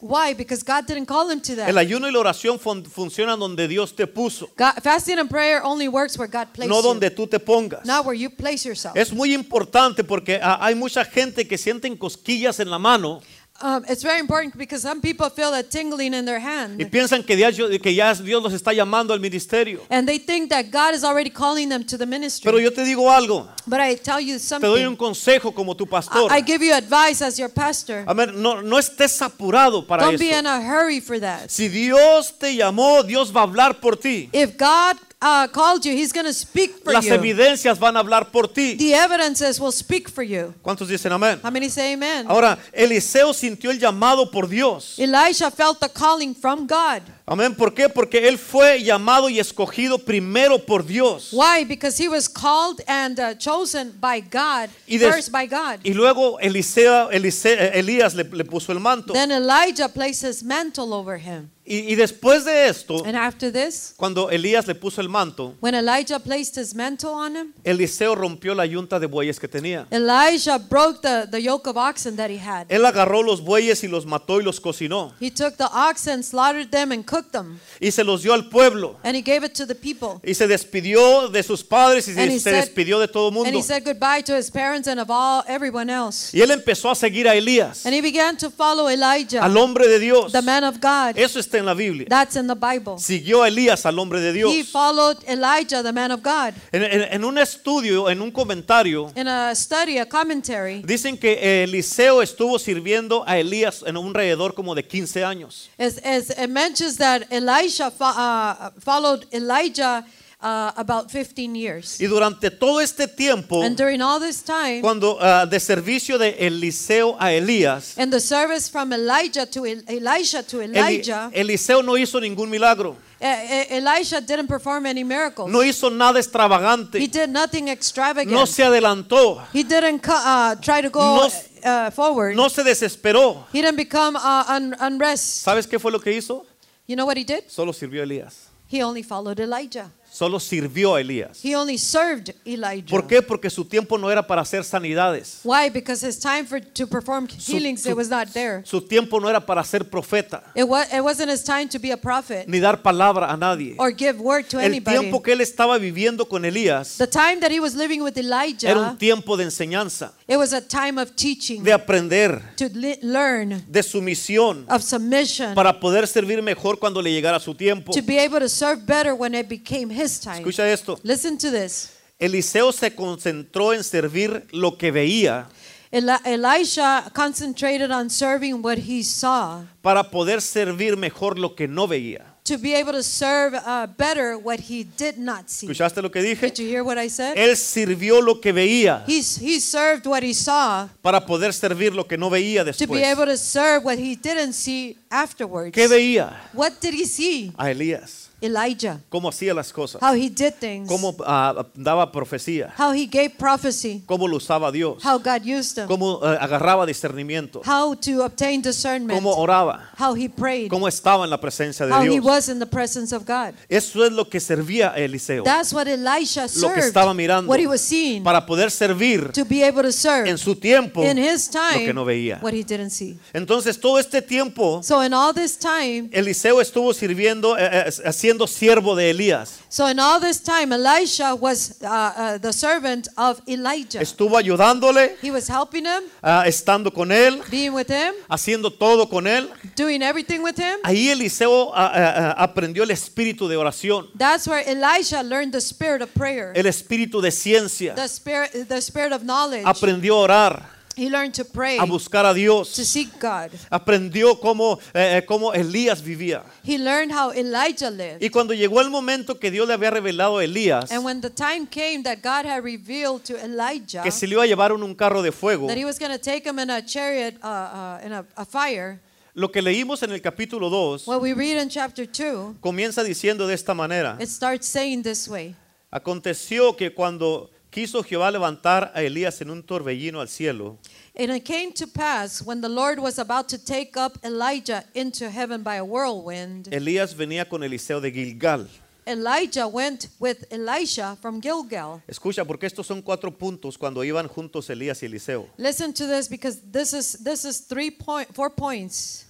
B: Why? Because God didn't call him to
A: El
B: that.
A: ayuno y la oración fun- funcionan donde Dios te puso,
B: God, fasting and prayer only works where God placed
A: no
B: you,
A: donde tú te pongas.
B: not where you place yourself.
A: Es muy importante porque ah, hay mucha gente que sienten cosquillas en la mano
B: Um, it's very important because some people feel a tingling in their
A: y
B: hand,
A: piensan que ya, yo- que ya Dios los está llamando al ministerio.
B: and they think that God is already calling them to the
A: Pero
B: ministry.
A: yo te digo algo,
B: But I tell you
A: te doy un
B: something.
A: consejo como tu
B: I,
A: pastor.
B: I give you advice as your pastor.
A: Amén, no, no estés apurado para
B: Don't be
A: eso.
B: in a hurry for that.
A: Si Dios te llamó, Dios va a hablar por ti.
B: If God uh, called you, He's going to speak for
A: Las
B: you.
A: evidencias van a hablar por ti.
B: The evidences will speak for you.
A: ¿Cuántos dicen amén?
B: How many say amen?
A: Ahora, Eliseo sintió el llamado por Dios.
B: Elisha felt the calling from God.
A: Amén. ¿Por qué? Porque él fue llamado y escogido primero por Dios.
B: Why? Because he was called and uh, chosen by God,
A: Y des-
B: first by God.
A: Y luego Eliseo, Elise- eh, Elías le, le puso el manto.
B: Then Elijah placed his mantle over him.
A: Y, y después de esto,
B: And after this,
A: cuando Elías le puso el manto,
B: when Elijah placed his mantle on him,
A: Eliseo rompió la yunta de bueyes que tenía.
B: Elijah broke the, the yoke of oxen that he had.
A: Él agarró los bueyes y los mató y los cocinó.
B: He took the oxen, slaughtered them, and cooked them.
A: Y se los dio al pueblo.
B: And he gave it to the people.
A: Y se despidió de sus padres y
B: And
A: se,
B: he
A: se
B: said-
A: despidió de todo el
B: And
A: mundo.
B: he said goodbye to his parents and of all everyone else.
A: Y él empezó a seguir a Elías,
B: And he began to follow Elijah,
A: al hombre de Dios.
B: the man of God.
A: Eso está en la Biblia.
B: That's in the Bible.
A: Siguió a Elías, al hombre de
B: He
A: Dios.
B: followed Elijah, the man of God.
A: En, en- en un estudio, en un comentario,
B: In a study, a commentary,
A: dicen que Eliseo estuvo sirviendo a Elías en un alrededor como de 15 años.
B: is, is, it mentions that Elisha fo- uh, followed Elijah uh, about 15 years.
A: Y durante todo este tiempo,
B: And during all this time,
A: Oh. cuando ah, de servicio de Eliseo a Elías,
B: in the service from Elijah to El- Elisha to
A: Eli- E-,
B: Elijah,
A: Eliseo no hizo ningún milagro,
B: E- E- Elisha didn't perform any miracles.
A: no hizo nada
B: He
A: extravagante,
B: did nothing extravagant.
A: no se adelantó,
B: He didn't co- uh, try to
A: No
B: go
A: s-
B: uh, forward.
A: no se desesperó.
B: He didn't become uh, un- unrest.
A: ¿Sabes qué fue lo que hizo?
B: You know what he did?
A: Solo sirvió a Elías.
B: He only followed Elijah.
A: Solo sirvió a Elías.
B: He only served Elijah.
A: ¿Por qué? Porque su tiempo no era para hacer sanidades.
B: Why? Because his time for to perform healings
A: su-
B: it was not there.
A: Su tiempo no era para ser profeta,
B: It was it wasn't his time to be a prophet
A: ni dar palabra a nadie.
B: or give word to
A: El
B: anybody.
A: tiempo que él estaba viviendo con Elías
B: The time that he was living with
A: era un
B: Elijah,
A: tiempo de enseñanza,
B: it was a time of teaching,
A: de aprender,
B: to le- learn,
A: de sumisión,
B: of submission,
A: para poder servir mejor cuando le llegara su tiempo.
B: to be able to serve better when it became his time.
A: Escucha esto.
B: Listen to this.
A: Eliseo se concentró en servir lo que veía
B: Eli- Elisha concentrated on serving what he saw
A: para poder servir mejor lo que no veía.
B: to be able to serve uh, better what he did not see.
A: ¿Escuchaste lo que dije?
B: Did you hear what I said?
A: Él sirvió lo que veía
B: He, s- he served what he saw
A: para poder servir lo que no veía
B: to be
A: después.
B: able to serve what he didn't see afterwards.
A: ¿Qué veía?
B: What did he see?
A: A Elías.
B: Elijah.
A: Cómo hacía las cosas.
B: How he did things.
A: Cómo ah, daba profecía.
B: How he gave prophecy.
A: Cómo lo usaba Dios.
B: How God used him.
A: Cómo ah, agarraba discernimiento.
B: How to obtain discernment.
A: Cómo oraba.
B: How he prayed.
A: Cómo estaba en la presencia
B: How
A: de
B: he
A: Dios.
B: was in the presence of God.
A: Eso es lo que servía a Eliseo.
B: That's what Elisha
A: Lo que
B: served.
A: estaba mirando.
B: What he was seeing.
A: Para poder servir
B: to be able to serve
A: en su tiempo
B: in his
A: lo
B: time
A: que no veía.
B: what he didn't see.
A: Entonces todo este tiempo
B: So in all this time,
A: Eliseo estuvo sirviendo, eh, eh, haciendo siervo de Elías.
B: so in all this time, Elisha was uh, uh, the servant of Elijah.
A: Estuvo ayudándole,
B: He was helping him,
A: ah, estando con él,
B: being with him,
A: haciendo todo con él.
B: doing everything with him.
A: Ahí Eliseo ah, ah, ah, aprendió el espíritu de oración,
B: That's where Elisha learned the spirit of prayer,
A: el espíritu de ciencia.
B: the spirit, the spirit of knowledge.
A: Aprendió a orar,
B: He learned to pray,
A: a buscar a
B: to
A: Dios.
B: seek God.
A: Aprendió cómo, eh, eh, cómo Elías vivía.
B: He learned how Elijah lived.
A: Y cuando llegó el momento que Dios le había revelado a Elías
B: And when the time came that God had revealed to Elijah
A: que se le iba a llevar en un carro de fuego,
B: that He was going to take him in a chariot, uh, uh, in a, a fire.
A: lo que leímos en el capítulo 2
B: What we read in chapter 2,
A: comienza diciendo de esta manera.
B: it starts saying this way.
A: Aconteció que cuando quiso Jehová levantar a Elías en un torbellino al cielo,
B: And it came to pass when the Lord was about to take up Elijah into heaven by a whirlwind,
A: Elías venía con Eliseo de Gilgal.
B: Elijah went with Elisha from Gilgal.
A: Escucha, porque estos son cuatro puntos cuando iban juntos Elías y Eliseo.
B: Listen to this because this is this is three point four points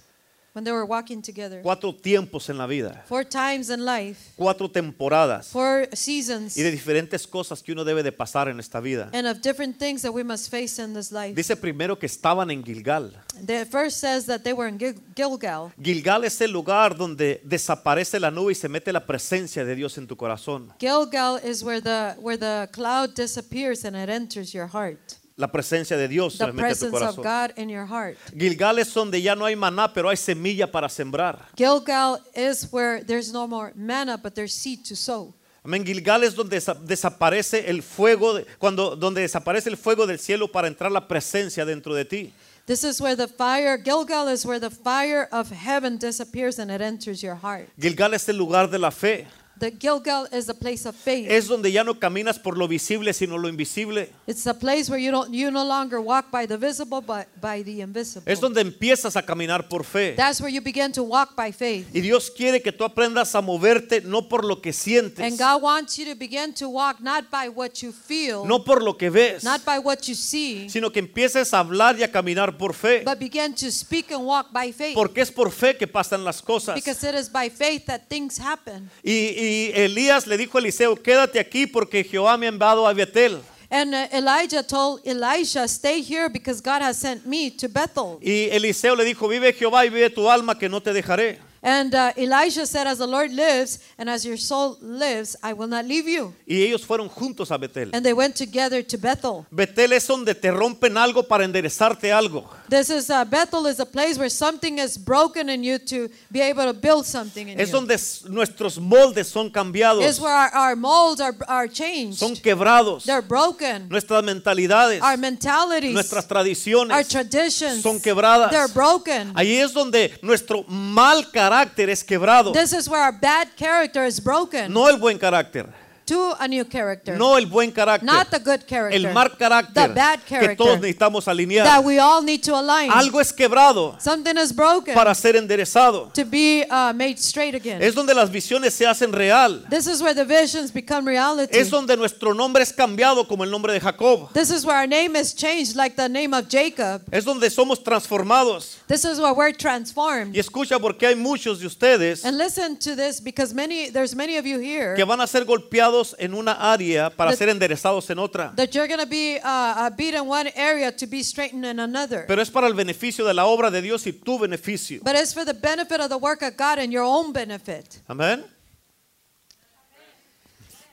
B: when they were walking together.
A: Cuatro tiempos en la vida,
B: Four times in life,
A: cuatro temporadas
B: four seasons,
A: y de diferentes cosas que uno debe de pasar en esta vida.
B: and of different things that we must face in this life.
A: Dice primero que estaban en Gilgal.
B: The first says that they were in Gil- Gilgal.
A: Gilgal es el lugar donde desaparece la nube y se mete la presencia de Dios en tu corazón.
B: Gilgal is where the where the cloud disappears and it enters your heart.
A: La presencia de Dios se
B: The
A: le mete a tu
B: presence of
A: corazón.
B: God in your heart.
A: Gilgal es donde ya no hay maná, pero hay semilla para sembrar.
B: Gilgal is where there's no more manna, but there's seed to sow.
A: Amén. Gilgal es donde desa- desaparece el fuego, de- cuando donde desaparece el fuego del cielo para entrar la presencia dentro de ti.
B: This is where the fire, Gilgal is where the fire of heaven disappears and it enters your heart.
A: Gilgal es el lugar de la fe.
B: The Gilgal is a place of faith.
A: Es donde ya no caminas por lo visible, sino lo invisible.
B: It's a place where you don't you no longer walk by the visible but by the invisible.
A: Es donde empiezas a caminar por fe.
B: That's where you begin to walk by faith.
A: Y Dios quiere que tú aprendas a moverte no por lo que sientes,
B: And God wants you to begin to walk not by what you feel,
A: no por lo que ves,
B: not by what you see,
A: sino que empieces a hablar y a caminar por fe.
B: but begin to speak and walk by faith.
A: Porque es por fe que pasan las cosas.
B: Because it is by faith that things happen.
A: Y, y Elías le dijo a Eliseo, quédate aquí porque Jehová me ha enviado a Betel.
B: And uh, Elijah told Elisha, "Stay here because God has sent me to Bethel."
A: Y Eliseo le dijo, vive Jehová y vive tu alma que no te dejaré.
B: And uh, Elisha said, "As the Lord lives and as your soul lives, I will not leave you."
A: Y ellos fueron juntos a Betel.
B: And they went together to Bethel.
A: Betel es donde te rompen algo para enderezarte algo.
B: This is uh, Bethel is a place where something is broken in you to be able to build something in
A: Es
B: you.
A: donde s- nuestros moldes son
B: It's
A: cambiados,
B: where our, our molds are, are changed.
A: son quebrados.
B: They're broken.
A: Nuestras mentalidades,
B: Our mentalities,
A: nuestras
B: our
A: tradiciones
B: traditions,
A: son quebradas.
B: they're broken.
A: Ahí es donde nuestro mal carácter es quebrado.
B: This is where our bad character is broken
A: No el buen carácter.
B: to a new character.
A: No el buen carácter.
B: Not the good character.
A: El mal
B: The
A: carácter
B: bad
A: que todos
B: character
A: necesitamos alinear.
B: that we all need to align.
A: Algo es quebrado
B: Something is broken
A: para ser enderezado.
B: to be uh, made straight again.
A: Es donde las visiones se hacen real.
B: this is where the visions become reality.
A: Es donde nuestro nombre es cambiado como el nombre de Jacob.
B: This is where our name is changed, like the name of Jacob.
A: Es donde somos transformados.
B: This is where we're
A: Y
B: transformed.
A: escucha porque hay muchos de ustedes
B: And listen to this, because many there's many of you here
A: que van a ser golpeados en una área para
B: The-
A: ser enderezados en otra.
B: that you're gonna be uh, uh, beat in one area to be straightened in another.
A: Pero es para el beneficio de la obra de Dios y tu beneficio.
B: But it's for the benefit of the work of God and your own benefit.
A: Amén.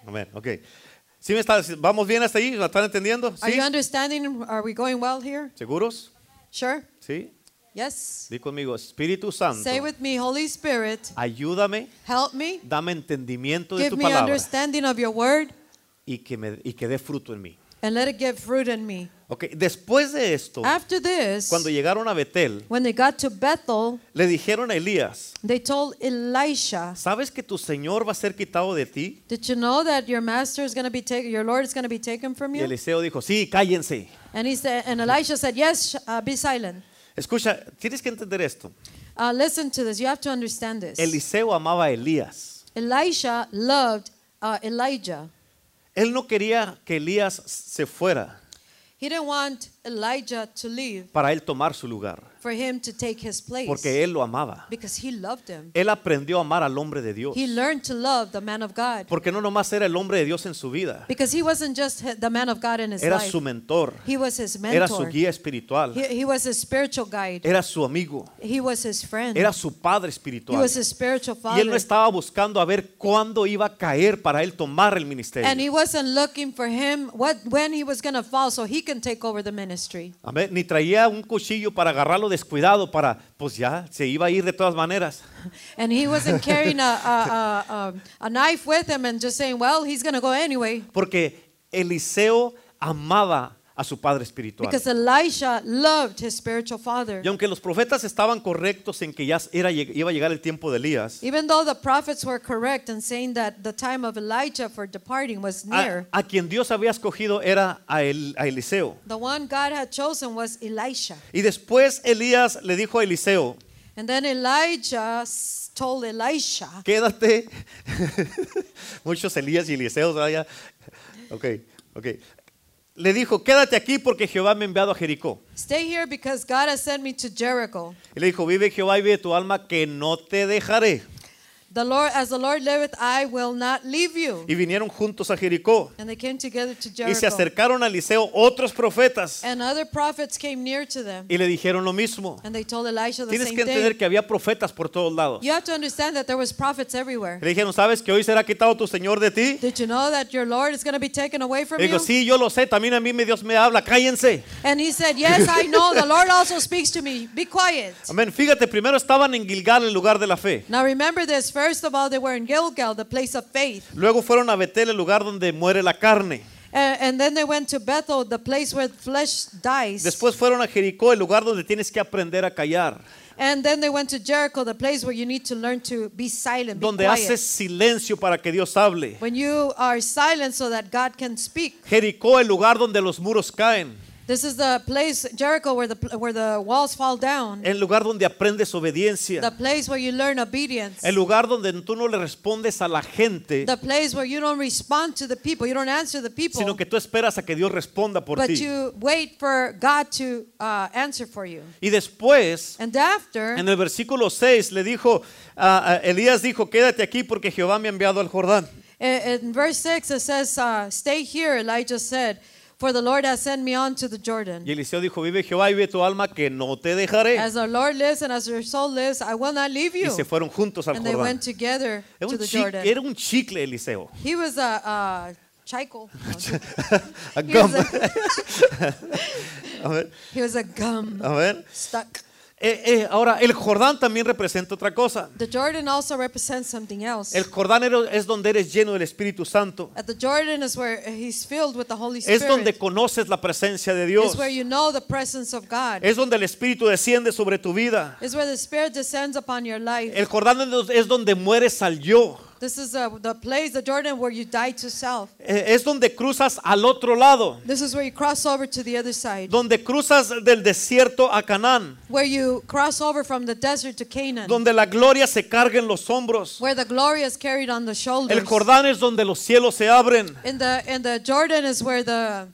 A: Amén. Ok. ¿Sí me está- ¿Vamos bien hasta ahí? ¿La están entendiendo?
B: Are
A: ¿Sí?
B: you understanding? Are we going well here?
A: ¿Seguros?
B: Sure.
A: ¿Sí?
B: Yes.
A: Di conmigo, Espíritu Santo,
B: Say with me, Holy Spirit,
A: ayúdame,
B: help me,
A: dame entendimiento de
B: give
A: tu
B: me
A: palabra
B: understanding of your word,
A: y que, me, y que dé fruto en mí.
B: and let it give fruit in me.
A: Ok, después de esto,
B: After this,
A: Oh. cuando llegaron a Betel,
B: when they got to Bethel,
A: le dijeron a Elías,
B: They told Elisha,
A: ¿sabes que tu Señor va a ser quitado de ti?
B: "Did you know that your master is going to be taken, your Lord is going to be taken from
A: Y
B: you?"
A: Eliseo dijo, sí, cállense.
B: And he said, and Elisha said, "Yes, sh- uh, be silent.
A: Escucha, tienes que entender esto.
B: Uh, listen to this. You have to understand this.
A: Eliseo amaba a Elías.
B: Elisha loved uh, Elijah.
A: Él no quería que Elías se fuera
B: He didn't want Elijah to leave
A: para él tomar su lugar,
B: for him to take his place
A: porque él lo amaba.
B: because he loved him.
A: Él aprendió a amar al hombre de Dios,
B: He learned to love the man of God
A: porque no nomás era el hombre de Dios en su vida,
B: because he wasn't just he- the man of God in his
A: era
B: life.
A: su mentor,
B: He was his
A: era su
B: mentor.
A: guía espiritual,
B: He, he was his spiritual guide.
A: era su amigo,
B: He was his friend.
A: era su padre
B: He
A: espiritual.
B: was his spiritual
A: Y él no
B: father.
A: estaba buscando a ver cuándo iba a caer para él tomar el
B: And
A: ministerio.
B: he wasn't looking for him what when he was going to fall so he can take over the ministry.
A: Amén. Ni traía un cuchillo para agarrarlo descuidado, para, pues ya, se iba a ir de todas maneras.
B: And he wasn't carrying a, a, a, um, a knife with him and just saying, well, he's going to go anyway.
A: Porque Eliseo amaba a su padre espiritual.
B: Because Elisha loved his spiritual father.
A: Y aunque los profetas estaban correctos en que ya era, iba a llegar el tiempo de Elías,
B: Even though the prophets were correct in saying that the time of Elijah for departing was
A: a,
B: near,
A: a quien Dios había escogido era a, El- a Eliseo.
B: the one God had chosen was Elisha.
A: Y después Elías le dijo a Eliseo,
B: And then Elijah s- told Elisha,
A: quédate. Muchos Elías y Eliseos, ¿verdad? ya. Ok, ok. le dijo, quédate aquí porque Jehová me ha enviado a Jericó.
B: Stay here because God has sent me to Jericho.
A: Y le dijo, vive Jehová y vive tu alma, que no te dejaré.
B: The Lord, as the Lord liveth, I will not leave you.
A: Y vinieron juntos a Jericó.
B: And they came together to
A: Y se
B: Jericho.
A: acercaron a Eliseo otros profetas
B: And other prophets came near to them.
A: y le dijeron lo mismo.
B: And they told Elisha the
A: Tienes
B: same
A: que entender
B: thing.
A: que había profetas por todos lados.
B: You have to understand that there was prophets everywhere.
A: Le dijeron, ¿sabes que hoy será quitado tu Señor de ti?
B: Did you know that your Lord is going to be taken away from
A: Le dijo,
B: you?
A: sí, yo lo sé, también a mí mi Dios me habla, cállense.
B: And he said, Yes, I know. The Lord also speaks to me. Be quiet.
A: Amén. Fíjate, primero estaban en Gilgal, el lugar de la fe.
B: Now remember this. First of all, they were in Gilgal, the place of faith.
A: Luego fueron a Betel, el lugar donde muere la carne.
B: And, and then they went to Bethel, the place where flesh dies.
A: Después fueron a Jericó, el lugar donde tienes que aprender a callar.
B: and then they went to Jericho, the place where you need to learn to be silent, be
A: Donde
B: quiet.
A: haces silencio para que Dios hable.
B: When you are silent so that God can speak.
A: Jericó, el lugar donde los muros caen.
B: This is the place, Jericho, where the, where the walls fall down.
A: El lugar donde aprendes
B: The
A: obediencia.
B: place where you learn obedience.
A: El lugar donde tú no le respondes a la gente,
B: The place where you don't respond to the people. You don't answer the
A: sino
B: people.
A: que tú esperas a que Dios responda por
B: But
A: ti.
B: you wait for God to uh, answer for you.
A: Y después,
B: And after,
A: en el versículo 6, le dijo, a- a Elías dijo, quédate aquí porque Jehová me ha enviado al Jordán.
B: eh, in, in verse 6, it says, uh, Stay here, Elijah said, for the Lord has sent me on to the Jordan.
A: Y Eliseo dijo, vive Jehová y vive tu alma, que no te dejaré.
B: As the Lord lives and as your soul lives, I will not leave
A: Y
B: you.
A: se fueron juntos al
B: And they
A: Jordán.
B: went together
A: Era
B: to
A: un,
B: the
A: chi-
B: Jordan.
A: era un chicle Eliseo.
B: He was a, a chicle.
A: A
B: He was
A: gum.
B: a,
A: A ver,
B: he was a gum
A: a ver.
B: stuck.
A: Eh, eh, ahora, el Jordán también representa otra cosa.
B: The Jordan also represents something else.
A: El Jordán era- es donde eres lleno del Espíritu Santo.
B: At the Jordan is where he's filled with the Holy Spirit.
A: Es donde conoces la presencia de
B: It's
A: Dios.
B: where you know the presence of God.
A: Es donde el Espíritu desciende sobre tu vida.
B: It's where the Spirit descends upon your life.
A: El Jordán es do- es donde mueres al yo.
B: this is uh, the place, the Jordan, where you die to self.
A: Eh, Es donde cruzas al otro lado.
B: This is where you cross over to the other side.
A: Donde cruzas del desierto a Canaán.
B: Where you cross over from the desert to Canaan.
A: Donde la gloria se carga en los hombros.
B: Where the glory is carried on the shoulders.
A: El Jordán es donde los cielos se abren.
B: In the in the Jordan is where the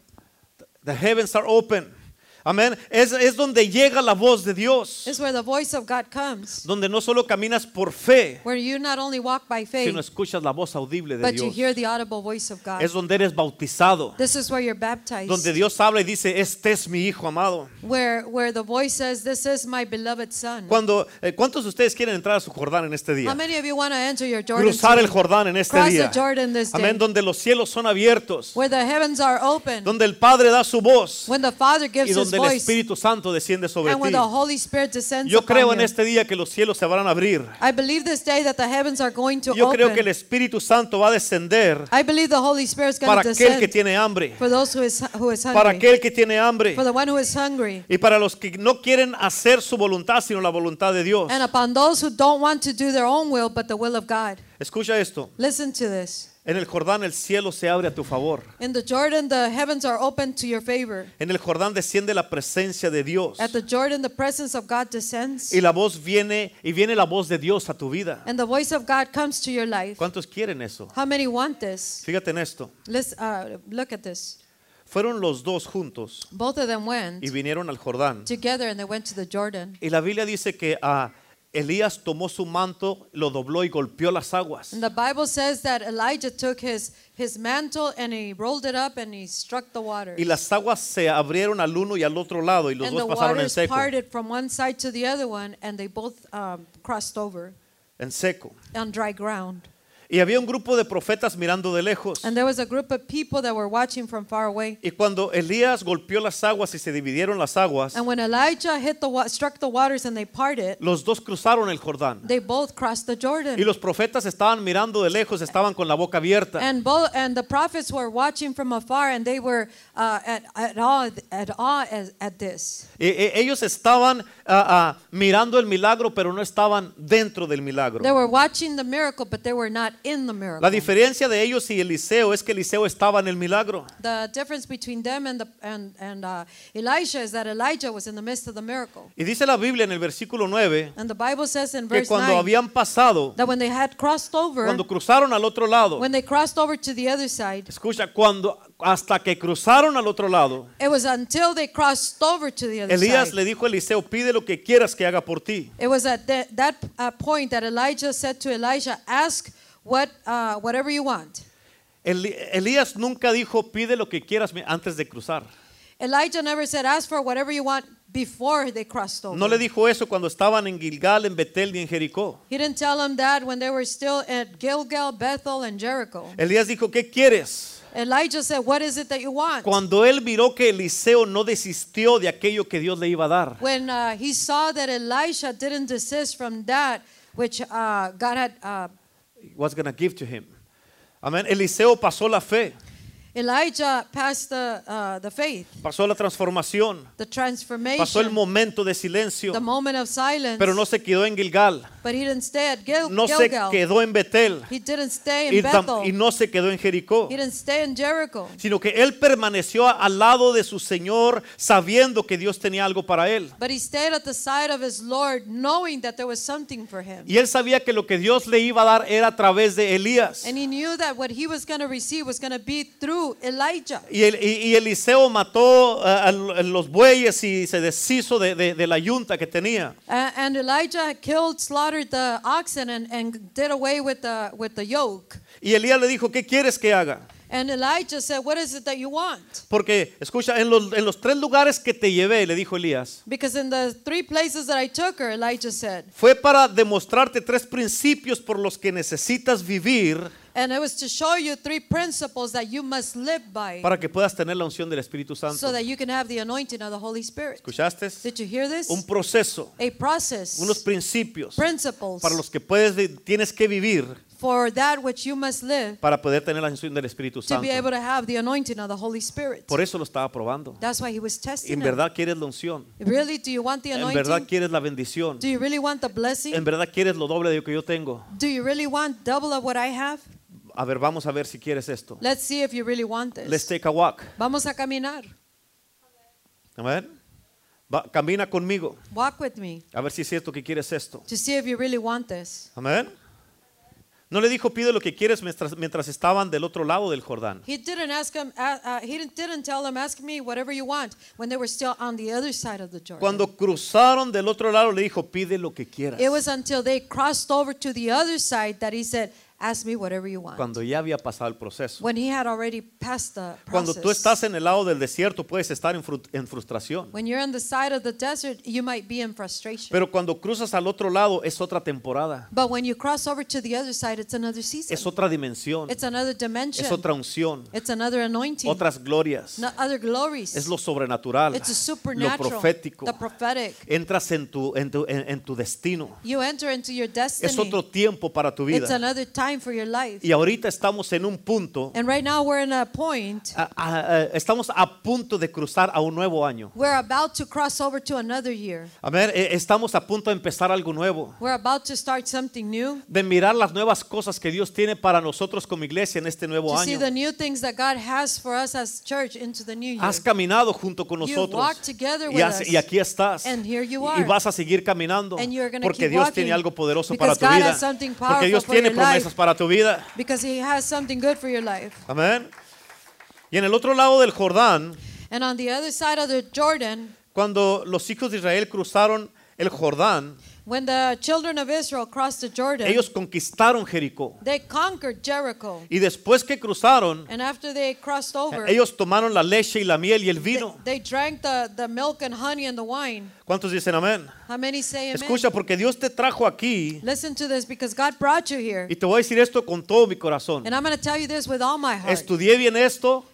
A: The heavens are open. Amén. Es, es donde llega la voz de Dios.
B: is where the voice of God comes.
A: Donde no solo caminas por fe,
B: Where you not only walk by
A: sino
B: faith,
A: escuchas la voz audible de
B: but you
A: Dios.
B: hear the audible voice of God.
A: Es donde eres bautizado.
B: This is where you're baptized.
A: Donde Dios habla y dice, este es mi hijo amado.
B: where where the voice says, "This is my beloved son."
A: Cuando, eh, ¿Cuántos de ustedes quieren entrar a su Jordán en este
B: How
A: día?
B: many of you want to enter your Jordan?
A: Cruzar el
B: today?
A: Jordán en este
B: Cross the
A: día.
B: Jordan this day.
A: Amén. Donde los cielos son abiertos.
B: where the heavens are open,
A: Donde el Padre da su voz.
B: when the Father
A: Y
B: gives His
A: donde el
B: voice,
A: Espíritu Santo desciende sobre
B: and when
A: ti.
B: the Holy Spirit descends
A: Yo
B: upon
A: creo en
B: you.
A: este día que los cielos se van a abrir.
B: I believe this day that the heavens are going to
A: Yo creo
B: open.
A: que el Espíritu Santo va a descender
B: I believe the Holy Spirit is going
A: para
B: to
A: aquel que
B: descend
A: tiene hambre,
B: for those who is who is hungry,
A: para aquel que tiene hambre
B: for the one who is hungry,
A: y para los que no quieren hacer su voluntad sino la voluntad de Dios.
B: and upon those who don't want to do their own will but the will of God.
A: Escucha esto.
B: Listen to this.
A: En el Jordán el cielo se abre a tu favor.
B: In the Jordan, the heavens are open to your favor.
A: En el Jordán desciende la presencia de Dios
B: At the Jordan, the presence of God descends,
A: y la voz viene y viene la voz de Dios a tu vida.
B: and the voice of God comes to your life.
A: ¿Cuántos quieren eso?
B: How many want this?
A: Fíjate en esto.
B: Let's uh, look at this.
A: Fueron los dos juntos
B: Both of them went
A: y vinieron al Jordán.
B: together and they went to the Jordan.
A: Y la Biblia dice que ah, Elías tomó su manto, lo dobló y golpeó las aguas.
B: And the Bible says that Elijah took his, his mantle and he rolled it up and he struck the water.
A: Y las aguas se abrieron al uno y al otro lado y los
B: And
A: dos
B: the
A: pasaron en
B: waters
A: seco.
B: parted from one side to the other one and they both um, crossed over
A: En seco.
B: on dry ground.
A: Y había un grupo de profetas mirando de lejos.
B: And there was a group of people that were watching from far away.
A: Y cuando Elías golpeó las aguas y se dividieron las aguas,
B: And when Elijah hit the wa- struck the waters and they parted,
A: los dos cruzaron el Jordán.
B: they both crossed the Jordan.
A: Y los profetas estaban mirando de lejos, estaban con la boca abierta.
B: And both and the prophets were watching from afar, and they were uh, at at awe at awe as, at this.
A: E- e- ellos estaban ah, ah, mirando el milagro, pero no estaban dentro del
B: They
A: milagro.
B: were watching the miracle, but they were not in the
A: La
B: miracle.
A: diferencia de ellos y Eliseo es que Eliseo estaba en el milagro.
B: The difference between them and, the, and, and uh, Elijah is that Elijah was in the midst of the miracle.
A: Y dice la Biblia en el versículo 9
B: And the Bible says in
A: que
B: verse
A: cuando
B: 9
A: habían pasado,
B: that when they had crossed over,
A: cuando cruzaron al otro lado,
B: when they crossed over to the other side,
A: escucha, cuando hasta que cruzaron al otro lado,
B: it was until they crossed over to the other
A: Elías
B: side.
A: le dijo a Eliseo, pide lo que quieras que haga por ti.
B: It was at that, that uh, point that Elijah said to Elijah, "Ask what uh, whatever you want."
A: Eli- Elías nunca dijo, pide lo que quieras mi- antes de cruzar.
B: Elijah never said, "Ask for whatever you want." Before they crossed over,
A: No le dijo eso cuando estaban en Gilgal, en Betel ni en Jericó.
B: he didn't tell him that when they were still at Gilgal, Bethel, and Jericho.
A: Elías dijo, ¿qué quieres?
B: Elijah said, "What is it that you want?"
A: Cuando él miró que Eliseo no desistió de aquello que Dios le iba a dar,
B: When uh, he saw that Elisha didn't desist from that which uh, God had, uh,
A: what's going to give to him. Amén. Eliseo pasó la fe,
B: Elijah passed the uh, the faith,
A: pasó la transformación,
B: the transformation,
A: pasó el momento de silencio,
B: the moment of silence.
A: pero no se quedó en Gilgal,
B: But he didn't stay at Gil-
A: no se
B: Gilgal.
A: quedó en Betel
B: He didn't stay in
A: y, tam-
B: Bethel.
A: y no se quedó en Jericó,
B: He didn't stay in Jericho.
A: sino que él permaneció a- al lado de su Señor sabiendo que Dios tenía algo para él.
B: But he stayed at the side of his Lord, knowing that there was something for him.
A: Y él sabía que lo que Dios le iba a dar era a través de Elías.
B: And he knew that what he was going to receive was going to be through Elijah.
A: Y, el- y- y Eliseo mató uh, a l- los bueyes y se deshizo de- de- de la yunta que tenía.
B: A- and Elijah had killed, slaughtered the oxen, and, and did away with the, with the yoke.
A: Y Elías le dijo, ¿qué quieres que haga?
B: And Elijah said, What is it that you want?
A: Porque, escucha, en los, en los tres lugares que te llevé, le dijo Elías,
B: Because in the three places that I took her, Elijah said,
A: fue para demostrarte tres principios por los que necesitas vivir
B: and it was to show you three principles that you must live by
A: para que puedas tener la unción del Espíritu
B: so
A: Santo.
B: that you can have the anointing of the Holy Spirit.
A: ¿Escuchaste?
B: Did you hear this?
A: Un proceso,
B: a process,
A: unos principios
B: principles
A: para los que puedes, vi- tienes que vivir
B: for that which you must live
A: para poder tener la unción del Espíritu
B: to be
A: Santo.
B: able to have the anointing of the Holy Spirit.
A: Por eso lo estaba probando.
B: That's why he was
A: En
B: testing him.
A: verdad quieres la unción.
B: Really, do you want the
A: En verdad
B: anointing?
A: quieres la bendición.
B: Do you really want the blessing?
A: En verdad quieres lo doble de lo que yo tengo.
B: Do you really want double of what I have?
A: A ver, vamos a ver si quieres esto.
B: Let's see if you really want
A: Let's
B: this.
A: take a walk.
B: Vamos a caminar.
A: Amén. Va, camina conmigo.
B: Walk with me
A: A ver si es cierto que quieres esto.
B: to see if you really want this.
A: Amén. No le dijo pide lo que quieres mientras, mientras estaban del otro lado del Jordán.
B: He didn't ask him. Uh, uh, he didn't, didn't tell him. Ask me whatever you want when they were still on the other side of the Jordan.
A: Cuando cruzaron del otro lado le dijo pide lo que quieras.
B: It was until they crossed over to the other side that he said, "Ask me whatever you want."
A: Cuando ya había pasado el proceso.
B: When he had already passed the
A: Cuando
B: process.
A: tú estás en el lado del desierto puedes estar en, fru- en frustración.
B: when you're on the side of the desert, you might be in frustration.
A: Pero cuando cruzas al otro lado es otra temporada,
B: But when you cross over to the other side, it's another season.
A: es otra dimensión,
B: it's another dimension.
A: es otra unción,
B: it's another anointing.
A: otras glorias.
B: no- other glories.
A: Es lo sobrenatural,
B: it's a
A: lo
B: supernatural.
A: profético.
B: The prophetic.
A: Entras en tu, en tu, en- en tu destino.
B: You enter into your destiny.
A: Es otro tiempo para tu
B: it's
A: vida.
B: another time for your life.
A: Y ahorita estamos en un punto,
B: and right now we're in a point.
A: a- a- a- estamos a punto de cruzar a un nuevo año.
B: We're about to cross over to another year.
A: Amén. E- Estamos a punto de empezar algo nuevo.
B: We're about to start something new.
A: De mirar las nuevas cosas que Dios tiene para nosotros como iglesia en este
B: To
A: nuevo
B: see
A: año.
B: the new things that God has for us as church into the new year.
A: Has caminado junto con
B: You've
A: nosotros.
B: walked together
A: Y,
B: with
A: has-
B: us.
A: y aquí estás.
B: And here you
A: Y
B: are.
A: vas a seguir caminando.
B: And you're gonna
A: Porque
B: keep
A: Dios
B: walking.
A: tiene algo poderoso para
B: Because
A: tu
B: God
A: vida.
B: has something
A: Porque
B: powerful
A: Dios
B: for
A: tiene
B: your life.
A: promesas para tu vida.
B: Because he has something good for your life.
A: Amén. Y en el otro lado del Jordán,
B: And on the other side of the Jordan,
A: cuando los hijos de Israel cruzaron el Jordán,
B: when the children of Israel crossed the Jordan,
A: ellos conquistaron Jericó.
B: they conquered Jericho.
A: Y después que cruzaron,
B: And after they crossed over,
A: ellos tomaron la leche y la miel y el
B: they,
A: vino.
B: they drank the, the milk and honey and the wine.
A: ¿Cuántos dicen amén?
B: How many say amen?
A: Escucha, porque Dios te trajo aquí
B: Listen to this because God brought you here.
A: y te voy a decir esto con todo mi corazón.
B: And I'm going to tell you this with all my heart.
A: Estudié bien esto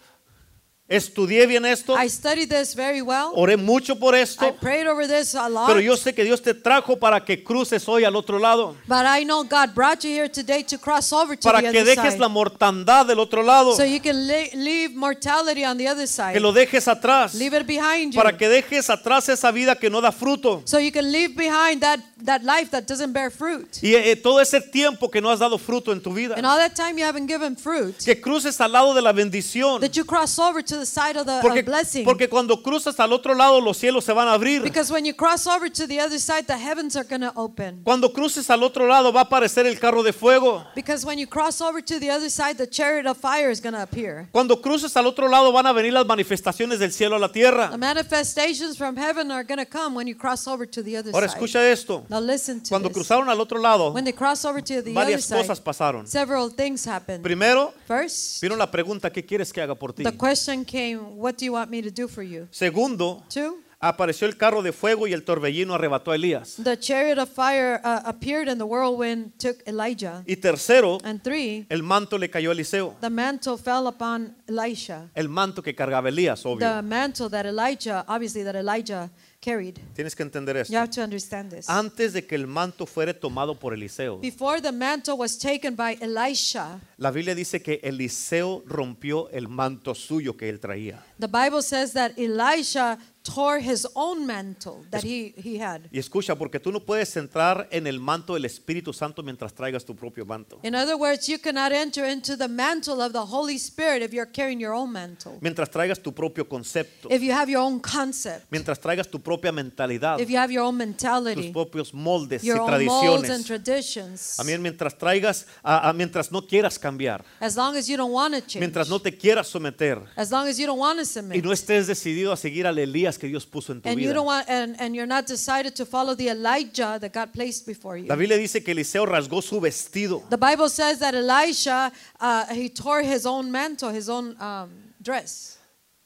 A: Estudié bien esto,
B: I studied this very well.
A: oré mucho por
B: I
A: esto,
B: prayed over this a lot.
A: pero yo sé que Dios te trajo para que cruces hoy al otro lado,
B: But I know God brought you here today to cross over to
A: para
B: the
A: que
B: other
A: dejes
B: side.
A: la mortandad del otro lado,
B: So you can le- leave mortality on the other side.
A: que lo dejes atrás,
B: leave it behind you.
A: para que dejes atrás esa vida que no da fruto
B: so you can leave behind that, that life that doesn't bear fruit.
A: y eh, todo ese tiempo que no has dado fruto en tu vida,
B: And all that time you haven't given fruit.
A: que cruces al lado de la bendición,
B: That you cross over to the side of the
A: porque,
B: of blessing.
A: porque cuando cruzas al otro lado los cielos se van a abrir.
B: because when you cross over to the other side, the heavens are going to open.
A: Cuando cruces al otro lado va a aparecer el carro de fuego.
B: Because when you cross over to the other side, the chariot of fire is going to appear.
A: Cuando cruces al otro lado van a venir las manifestaciones del cielo a la
B: The
A: tierra.
B: manifestations from heaven are going to come when you cross over to the other
A: Ahora
B: side.
A: escucha esto.
B: Now listen to
A: Cuando
B: this.
A: cruzaron al otro lado,
B: When they cross over to the other
A: varias cosas
B: side,
A: pasaron.
B: several things happened.
A: Primero,
B: First,
A: vino la pregunta, ¿qué quieres que haga por ti?
B: the question came, what do you want me to do for you?
A: Segundo,
B: Two,
A: apareció el carro de fuego y el torbellino arrebató a Elías.
B: the chariot of fire uh, appeared and the whirlwind took Elijah.
A: Y tercero,
B: And three,
A: el manto le cayó a Eliseo.
B: the mantle fell upon Elisha.
A: El manto que cargaba Elías,
B: The
A: obvio.
B: mantle that Elijah, obviously that Elijah carried.
A: Tienes que entender
B: You
A: esto.
B: have to understand this.
A: Antes de que el manto fuera tomado por Eliseo,
B: Before the mantle was taken by Elisha,
A: la Biblia dice que Eliseo rompió el manto suyo que él traía.
B: the Bible says that Elisha tore his own mantle that he, he had.
A: Y escucha, porque tú no puedes entrar en el manto del Espíritu Santo mientras traigas tu propio manto.
B: In other words, you cannot enter into the mantle of the Holy Spirit if you're carrying your own mantle.
A: Mientras traigas tu propio concepto.
B: If you have your own concept,
A: Mientras traigas tu propia mentalidad.
B: if you have your own
A: Tus
B: mentality,
A: propios moldes y
B: your own molds and
A: tradiciones.
B: traditions,
A: Amén. Mientras traigas, a- a- mientras no quieras cambiar.
B: as long as you don't want to change,
A: Mientras no te quieras someter.
B: as long as you don't want to
A: Y
B: submit,
A: no estés decidido a seguir al Elías que Dios puso en tu
B: and you
A: vida.
B: don't want, and, and you're not decided to follow the Elijah that God placed before you.
A: La Biblia dice que Eliseo rasgó su vestido.
B: The Bible says that Elisha uh, he tore his own mantle, his own um, dress,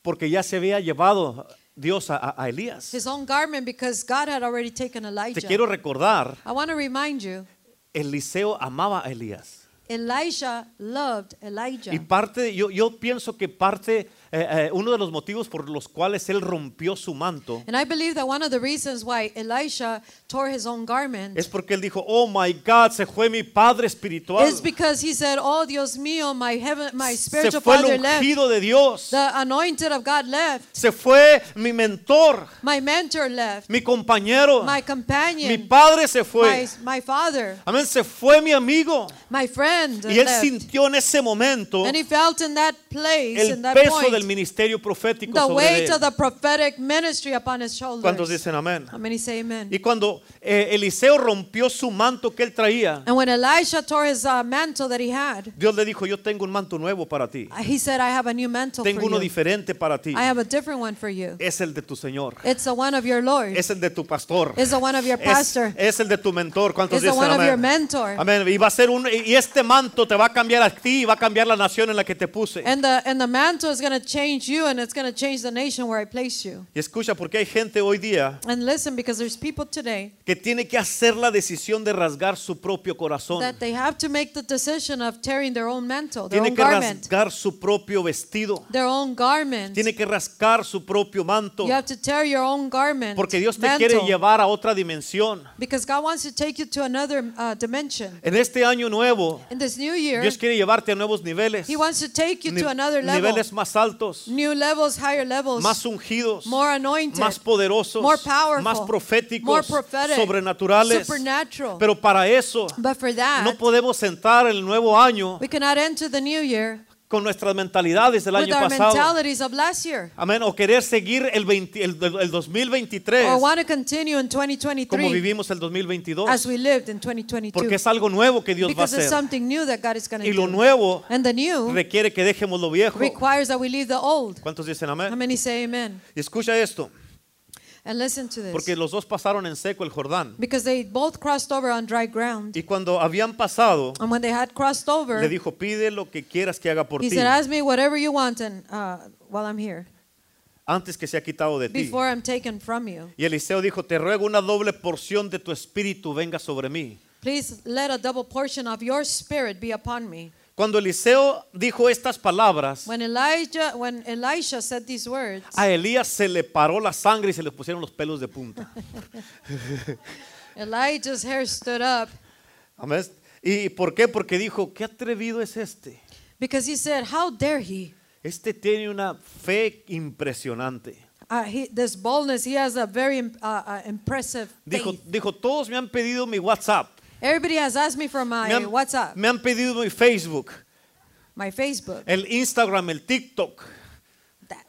A: Porque ya se había llevado Dios a- a- a Elías.
B: his own garment, because God had already taken
A: Te
B: Elijah.
A: quiero recordar,
B: I want to remind you,
A: Eliseo amaba a Elías.
B: Elisha loved Elijah.
A: Y parte, yo, yo pienso que parte, eh, eh, uno de los motivos por los cuales él rompió su manto
B: And I believe that one of the reasons why Elisha tore his own garment
A: es porque él dijo, oh my God, se fue mi padre espiritual,
B: is because he said, "Oh Dios mío, my heaven, my
A: se
B: spiritual
A: fue
B: father
A: el
B: left,
A: ungido de Dios,
B: the anointed of God left,
A: se fue mi mentor,
B: my mentor left,
A: mi compañero,
B: my
A: mi
B: companion,
A: padre se
B: my,
A: fue,
B: my father,
A: amén, se fue mi amigo.
B: my friend
A: Y él
B: left."
A: sintió en ese momento
B: And he felt in that place,
A: el
B: in that
A: peso del
B: point,
A: ministerio profético
B: the
A: sobre
B: weight
A: él.
B: of the prophetic ministry upon his
A: ¿Cuántos
B: shoulders.
A: dicen amén?
B: How many say amen?
A: Y cuando eh, Eliseo rompió su manto que él traía,
B: And when Elisha tore his uh, mantle that he had, uh,
A: Dios le dijo, yo tengo un manto nuevo para ti.
B: he said, I have a new mantle
A: Tengo
B: for
A: uno
B: you.
A: diferente para ti.
B: I have a different one for you.
A: Es el de tu Señor.
B: It's the one of your Lord.
A: Es el de tu pastor.
B: It's the one of your
A: Es-
B: pastor.
A: Es, el de tu mentor. ¿Cuántos
B: It's the
A: dicen
B: one of
A: amén?
B: your mentor.
A: Amén. Y va a ser un y este manto te va a cambiar a ti y va a cambiar la nación en la que te puse.
B: And the and the mantle is going to change you and it's going to change the nation where I place you.
A: Y escucha, porque hay gente hoy día
B: And listen because there's people today
A: que tiene que hacer la decisión de rasgar su propio corazón.
B: that they have to make the decision of tearing their own mantle, their
A: Tiene
B: own
A: que
B: garment,
A: rasgar su propio vestido.
B: their own garment.
A: Tiene que rasgar su propio manto.
B: You have to tear your own garment.
A: Porque Dios te
B: mantle,
A: quiere llevar a otra dimensión.
B: Because God wants to take you to another uh, dimension.
A: En este año nuevo,
B: In this new year,
A: Dios quiere llevarte a nuevos niveles,
B: He wants to take you
A: ni-
B: to another level.
A: niveles más altos,
B: New levels, higher levels,
A: más ungidos,
B: more anointed,
A: más poderosos,
B: more powerful,
A: más proféticos,
B: more prophetic,
A: sobrenaturales.
B: supernatural.
A: Pero para eso
B: But for that,
A: no podemos entrar el nuevo año
B: we cannot enter the new year
A: con nuestras mentalidades del
B: with
A: año
B: our
A: pasado.
B: mentalities of last year
A: Amén. O querer seguir el, 20 el- el- el 2023
B: or want to continue in
A: como
B: 2023
A: vivimos el 2022.
B: as we lived in 2022
A: Porque es algo nuevo que Dios va a
B: because it's
A: hacer.
B: something new that God is going to
A: Y lo
B: do.
A: nuevo
B: And the new
A: requiere que dejemos lo viejo.
B: requires that we leave the old.
A: ¿Cuántos dicen
B: How
A: amén?
B: many say amen?
A: Y escucha esto.
B: And listen to this.
A: Porque los dos pasaron en seco el Jordán.
B: Because they both crossed over on dry ground.
A: Y cuando habían pasado,
B: And when they had crossed
A: le
B: over,
A: dijo, pide lo que quieras que haga por
B: he
A: ti
B: said, Ask me whatever you want and, uh, while I'm here,
A: antes que sea quitado de ti.
B: before I'm taken from you.
A: Y Eliseo dijo, te ruego una doble porción de tu espíritu venga sobre mí.
B: Please let a double portion of your spirit be upon me.
A: Cuando Eliseo dijo estas palabras,
B: When Elijah, when Elisha said these words,
A: a Elías se le paró la sangre y se le pusieron los pelos de punta.
B: Elijah's hair stood up
A: Amén. ¿Y por qué? Porque dijo, qué atrevido es este.
B: because he said, "How dare he?
A: Este tiene una fe impresionante.
B: Uh, he this boldness. He has a very im- uh, uh, impressive
A: Dijo,
B: faith.
A: dijo, todos me han pedido mi WhatsApp,
B: Everybody has asked me for my
A: me han,
B: WhatsApp,
A: me han pedido mi Facebook,
B: my Facebook.
A: el Instagram, el TikTok.
B: That.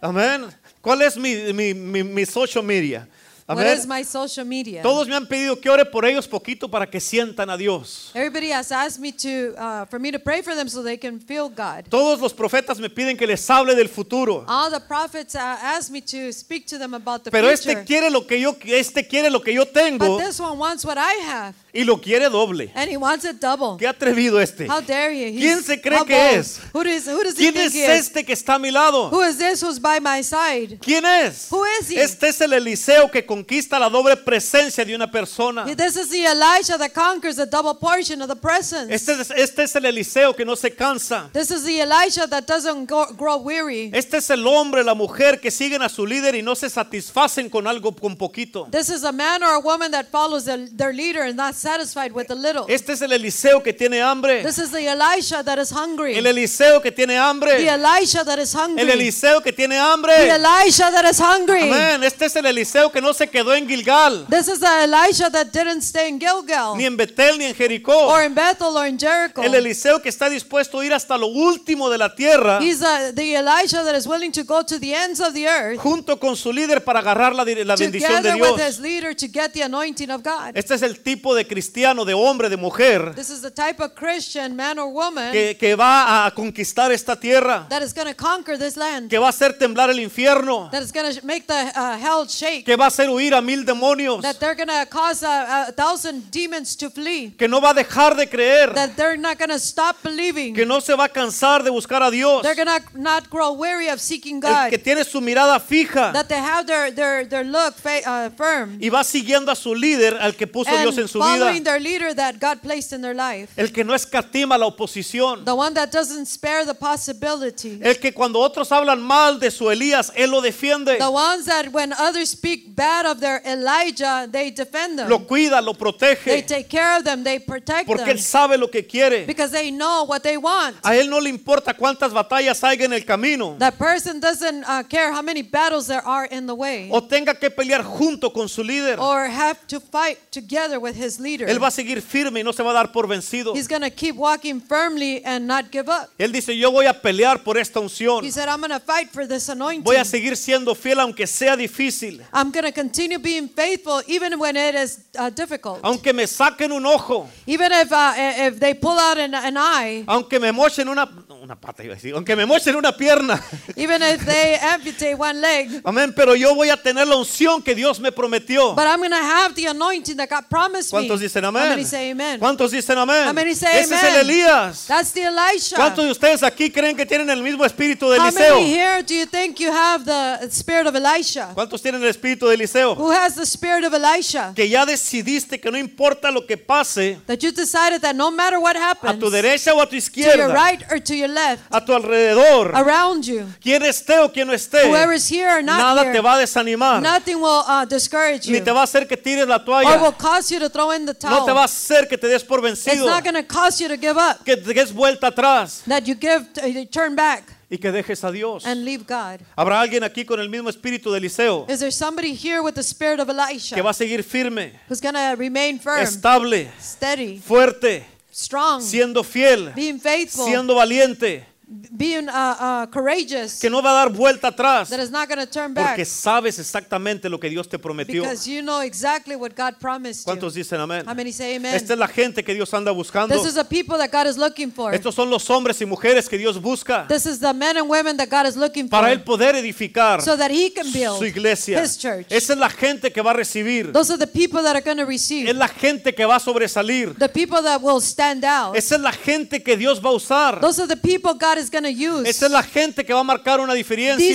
A: Amén. ¿Cuál es mi, mi, mi, mi social media?
B: What
A: Amén.
B: is my social media?
A: Todos me han pedido que ore por ellos poquito para que sientan a Dios.
B: Everybody has asked me to uh, for me to pray for them so they can feel God.
A: Todos los profetas me piden que les hable del futuro.
B: All the prophets uh, asked me to speak to them about the
A: Pero este
B: future.
A: quiere lo que yo este quiere lo que yo tengo
B: but this one wants what I have,
A: y lo quiere doble.
B: and he wants it double.
A: Qué atrevido este.
B: How dare you?
A: ¿Quién
B: He's-
A: se cree
B: how
A: que
B: bold.
A: es?
B: Who does, who does he
A: ¿Quién
B: think
A: es
B: he is?
A: este que está a mi lado?
B: Who is this who's by my side?
A: ¿Quién es?
B: Who is he?
A: Este es el Eliseo que conquista la doble presencia de una persona.
B: This is the Elijah that conquers the double portion of the presence.
A: Este es, este es el Eliseo que no se cansa.
B: This is the Elijah that doesn't go, grow weary.
A: Este es el hombre, la mujer que siguen a su líder y no se satisfacen con algo con poquito.
B: This is a man or a woman that follows the- their leader and not satisfied with the little.
A: Este es el Eliseo que tiene hambre.
B: This is the Elisha that is hungry.
A: El Eliseo que tiene
B: The
A: hambre.
B: Elisha that is hungry.
A: El
B: The
A: Eliseo que tiene hambre.
B: Elisha that is hungry.
A: Amén. Este es el Eliseo que no se quedó en Gilgal,
B: This is the Elisha that didn't stay in Gilgal
A: ni en Betel, ni en Jericó.
B: or in Bethel or in Jericho.
A: El Eliseo que está dispuesto a ir hasta lo último de la tierra
B: He's uh, the Elijah that is willing to go to the ends of the earth
A: junto con su líder para agarrar la, dire- la bendición de
B: together
A: Dios.
B: with his leader to get the anointing of God.
A: Este es el tipo de cristiano, de hombre, de mujer
B: This is the type of Christian man or woman
A: que, que va a conquistar esta tierra,
B: that is going to conquer this land,
A: que va a hacer temblar el infierno,
B: that is going to make the uh, hell shake,
A: que va a hacer huir a mil demonios,
B: that they're going to cause a, a thousand demons to flee,
A: que no va a dejar de creer,
B: that they're not going to stop believing,
A: que no se va a cansar de buscar a Dios,
B: they're going to not grow weary of seeking
A: el
B: God,
A: que tiene su mirada fija
B: that they have their, their, their look fa- uh, firm
A: y va siguiendo a su líder, al que puso Dios en
B: and
A: su vida,
B: following their leader that God placed in their life,
A: el que no escatima la oposición,
B: the one that doesn't spare the possibility.
A: el que cuando otros hablan mal de su Elías, él lo defiende,
B: The ones that when others speak bad of their Elijah, they defend them.
A: lo cuida, lo
B: They
A: protege,
B: take care of them. They protect
A: porque
B: them
A: él Ah. sabe lo que quiere.
B: because they know what they want.
A: A él no le importa cuántas batallas haya en el camino
B: That person doesn't uh, care how many battles there are in the way
A: o tenga que pelear junto con su líder.
B: or have to fight together with his leader.
A: Él va a seguir firme y no se va a dar por vencido.
B: He's going to keep walking firmly and not give up.
A: Él dice, yo voy a pelear por esta unción.
B: He said, I'm going to fight for this
A: Voy a
B: anointing.
A: seguir siendo fiel aunque sea difícil.
B: I'm going to continue being faithful even when it is uh, difficult.
A: Aunque me saquen un ojo.
B: Even if, uh, if they pull out an, an eye,
A: Aunque me mochen una, una pata, iba a decir. Aunque me mochen una pierna.
B: even if they amputate one leg,
A: Amén. Pero yo voy a tener la unción que Dios me prometió.
B: But I'm going to have the anointing that God promised me.
A: ¿Cuántos dicen
B: How
A: amén?
B: many say amen?
A: ¿Cuántos dicen amén?
B: How many say
A: Ese es
B: amen?
A: el Elías.
B: That's the Elisha.
A: ¿Cuántos de ustedes aquí creen que tienen el mismo espíritu de
B: How
A: Eliseo?
B: many here do you think you have the spirit of Elisha?
A: ¿Cuántos tienen el espíritu de Eliseo?
B: Who has the spirit of Elisha?
A: Que ya decidiste que no importa lo que pase,
B: That you decided that no matter what
A: a
B: happens,
A: tu derecha o a tu
B: to your
A: izquierda,
B: right or to your left,
A: a tu alrededor,
B: around you,
A: quien esté o quien no esté,
B: whoever is here or not
A: nada
B: here,
A: te va a desanimar,
B: nothing will uh, discourage you
A: ni te va a hacer que tires la
B: or will
A: toalla,
B: cause you to throw in the towel.
A: no te va a hacer que te des por
B: it's
A: vencido,
B: not going to cause you to give up,
A: que te des vuelta atrás
B: that you give, uh, you turn back
A: y que dejes a Dios.
B: and leave God.
A: Habrá alguien aquí con el mismo espíritu de Eliseo
B: Is there somebody here with the spirit of Elisha?
A: que va a seguir firme,
B: who's going to remain firm,
A: estable,
B: steady,
A: fuerte,
B: strong,
A: siendo fiel,
B: being faithful,
A: siendo valiente,
B: being uh, uh, courageous,
A: que no va a dar vuelta atrás.
B: that is not going to turn back
A: Porque sabes exactamente lo que Dios te prometió.
B: because you know exactly what God promised you.
A: ¿Cuántos dicen amén?
B: How many say amen?
A: Esta es la gente que Dios anda buscando.
B: This is the people that God is looking for.
A: Estos son los hombres y mujeres que Dios busca
B: This is the men and women that God is looking for
A: para Él poder edificar
B: so that he can build
A: su iglesia.
B: his church.
A: Esa es la gente que va a recibir.
B: Those are the people that are going to receive,
A: Es la gente que va a sobresalir.
B: the people that will stand out.
A: Esa es la gente que Dios va a usar
B: Those are the people God is going to use.
A: Esa es la gente que va a marcar una
B: These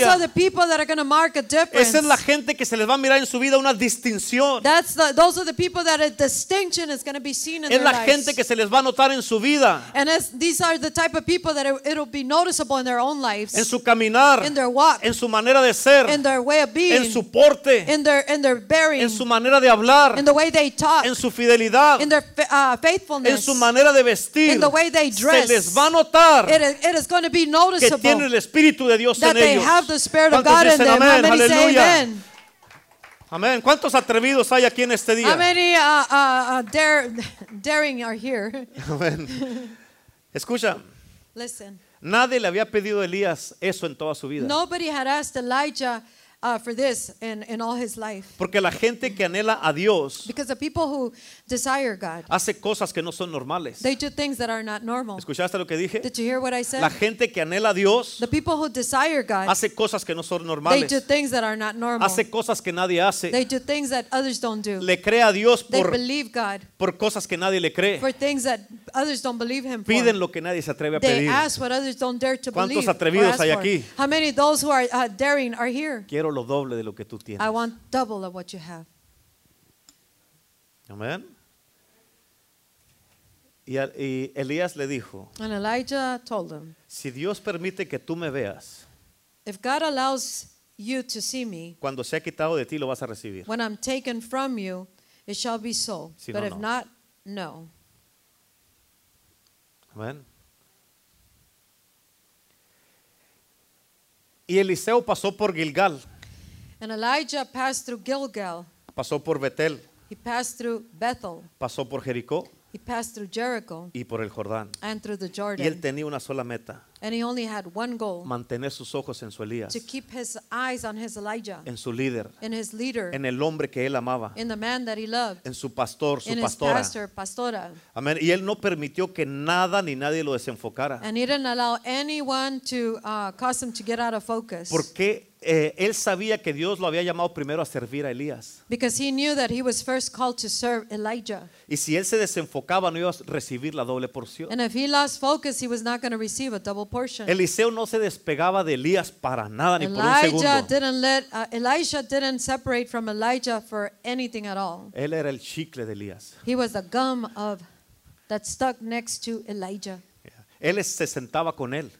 B: are the
A: diferencia.
B: people that are going to mark a difference.
A: Esa es la gente que se les va a mirar en su vida una distinción.
B: That's the, those are the people that a distinction is going to be seen in
A: Es
B: their
A: la
B: lives.
A: gente que se les va a notar en su vida,
B: and as, these are the type of people that it, it'll be noticeable in their own lives,
A: en su caminar,
B: in their walk,
A: en su manera de ser,
B: in their way of being,
A: en su porte,
B: in their in their bearing,
A: en su manera de hablar,
B: in the way they talk,
A: en su fidelidad,
B: in their fa- uh,
A: en
B: faithfulness.
A: su manera de vestir.
B: in the way they
A: Se
B: dress.
A: les va a notar
B: it, is, it is going to be
A: que
B: noticeable
A: tienen el Espíritu de Dios
B: that
A: en
B: they
A: ellos.
B: have the Spirit of
A: ¿Cuántos
B: God in
A: dicen
B: them. How
A: amén?
B: many say
A: Aleluya.
B: amen?
A: Amén. ¿Cuántos atrevidos hay aquí en este día?
B: How many uh, uh, uh, dare, daring are here?
A: Amén. Escucha,
B: Listen,
A: nadie le había pedido a Elías eso en toda su vida.
B: nobody had asked Elijah uh, for this in, in all his life.
A: Porque la gente que anhela a Dios
B: Because the people who desire God,
A: hace cosas que no son normales.
B: they do things that are not normal.
A: ¿Escuchaste lo que dije?
B: Did you hear what I
A: La
B: said?
A: gente que anhela a Dios
B: The people who desire God,
A: hace cosas que no son
B: they do
A: normales.
B: things that are not normal.
A: Hace cosas que nadie hace.
B: They do things that others don't do.
A: Le cree a Dios
B: They
A: por,
B: believe God
A: por cosas que nadie le cree.
B: for things that others don't believe Him for.
A: Piden lo que nadie se atreve a
B: They
A: pedir.
B: ask what others don't dare to
A: ¿Cuántos
B: believe. or
A: atrevidos
B: ask
A: hay
B: for.
A: aquí?
B: How many of those who are uh, daring are here?
A: Quiero lo doble de lo que tú tienes.
B: I want double of what you have.
A: Amén. Y, a- y Elías le dijo,
B: And Elijah told them,
A: si Dios permite que tú me veas,
B: If God allows you to see me
A: cuando se ha quitado de ti lo vas a recibir.
B: when I'm taken from you, it shall be so.
A: Si
B: but
A: no,
B: if
A: no.
B: not, no.
A: Amén. Y Eliseo pasó por Gilgal,
B: And Elijah passed through Gilgal.
A: pasó por Betel,
B: He passed through Bethel.
A: pasó por Jericó
B: He passed through Jericho
A: y por el Jordán.
B: and through the
A: Y él
B: Jordan.
A: tenía una sola meta,
B: And he only had one goal
A: mantener sus ojos en su Elías,
B: to keep his eyes on his Elijah,
A: en su líder,
B: in his leader,
A: en el hombre que él amaba,
B: in the man that he loved.
A: en su pastor, su
B: in his
A: pastora.
B: pastor, pastora.
A: Amén. Y él no permitió que nada ni nadie lo desenfocara.
B: And he didn't allow anyone to uh, cause him to get out of focus.
A: Porque eh, él sabía que Dios lo había llamado primero a servir a Elías.
B: Because he knew that he was first called to serve Elijah.
A: Y si él se desenfocaba, no iba a recibir la doble porción.
B: And if he lost focus, he was not going to receive a double portion.
A: Eliseo no se despegaba de Elías para nada, ni por un
B: Elijah
A: segundo.
B: didn't let uh, Elisha didn't separate from Elijah for anything at all.
A: Él era el chicle de Elías.
B: He was the gum of that stuck next to Elijah.
A: Él es- se sentaba con él.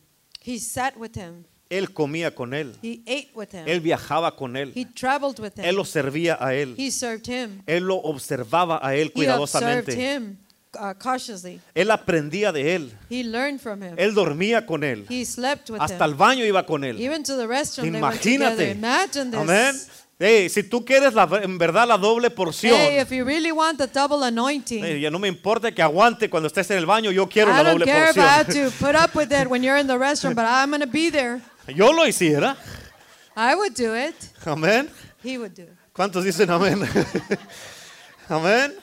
B: He sat with him.
A: Él comía con él.
B: He ate with him.
A: Él viajaba con
B: he
A: él.
B: traveled with
A: Él
B: him.
A: lo servía a él.
B: he served him.
A: Él lo observaba a él
B: He observed
A: cuidadosamente.
B: him uh, cautiously.
A: Él aprendía de él.
B: He learned from him.
A: Él dormía con él.
B: He slept with
A: Hasta
B: him.
A: el baño iba con él.
B: Even to the restaurant they went together.
A: Imagínate.
B: Imagine this.
A: Amén. Hey, si tú quieres la- en verdad la doble porción,
B: Hey, if you really want the double anointing,
A: eh, ya no me importa que aguante cuando estés en el baño, yo quiero
B: I
A: la
B: don't
A: doble
B: care if I have
A: porción.
B: to put up with it when you're in the restaurant, but I'm going to be there.
A: Yo lo hiciera.
B: I would do it.
A: Amén.
B: He would do it.
A: ¿Cuántos dicen amén? amén.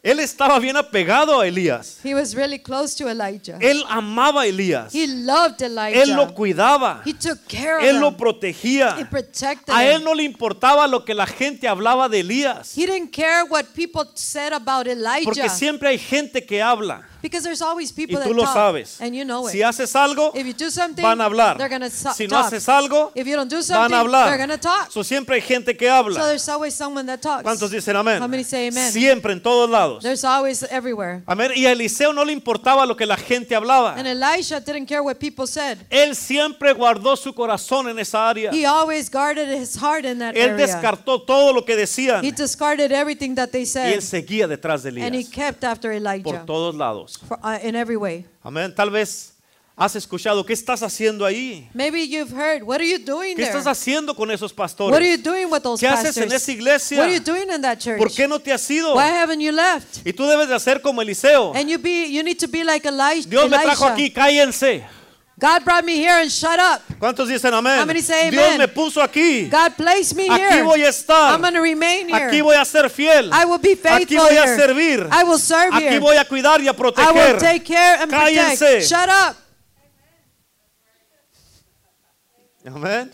A: Él estaba bien apegado a Elías.
B: He was really close to Elijah.
A: Él amaba a Elías.
B: He loved Elijah.
A: Él lo cuidaba.
B: he took care
A: Él
B: of
A: lo
B: him. He
A: protegía.
B: protected
A: A él
B: him.
A: no le importaba lo que la gente hablaba de Elías.
B: He didn't care what people said about Elijah.
A: Porque siempre hay gente que habla.
B: because there's always
A: Y
B: people
A: tú
B: that
A: lo
B: talk,
A: sabes.
B: And you know it.
A: Si haces algo,
B: If you do something,
A: van a hablar.
B: they're gonna so-
A: Si no
B: talk.
A: haces algo,
B: If you don't do
A: van
B: something,
A: a
B: they're
A: hablar.
B: gonna talk.
A: So, siempre hay gente que
B: So
A: habla.
B: there's always someone that talks.
A: ¿Cuántos dicen amén?
B: How many say amen?
A: Siempre, en todos lados.
B: There's always everywhere.
A: Amén. Y a Eliseo no le importaba lo que la gente hablaba.
B: And Elisha didn't care what people said.
A: Él siempre guardó su corazón en esa área.
B: He always guarded his heart in that
A: Él
B: area.
A: descartó todo lo que decían.
B: He
A: Y
B: discarded everything that they
A: él
B: said,
A: seguía detrás de
B: and he
A: Elías.
B: kept after
A: Por
B: Elijah
A: todos lados.
B: for- uh, in every way.
A: Amén. Tal vez has escuchado, ¿qué estás haciendo ahí?
B: Maybe you've heard, what are you doing
A: ¿Qué
B: there?
A: estás haciendo con esos
B: What are you
A: pastores?
B: doing with those
A: ¿Qué haces en
B: pastors?
A: esa iglesia?
B: What are you doing in that church?
A: ¿Por qué no te has ido?
B: Why haven't you left?
A: Y tú debes de hacer como Eliseo.
B: And you be, you need to be like Elijah.
A: Dios me trajo aquí, cállense.
B: God brought me here and shut up.
A: ¿Cuántos dicen amén?
B: How many say
A: Dios
B: amen?
A: me puso aquí.
B: God placed me
A: Aquí
B: here.
A: voy a estar.
B: I'm going to remain here.
A: Aquí voy a ser fiel.
B: I will be
A: Aquí
B: faithful
A: voy a
B: here.
A: servir.
B: I will serve
A: Aquí
B: here.
A: voy a cuidar y a
B: I will
A: proteger.
B: take care and protect.
A: Cállense.
B: Shut up.
A: Amén.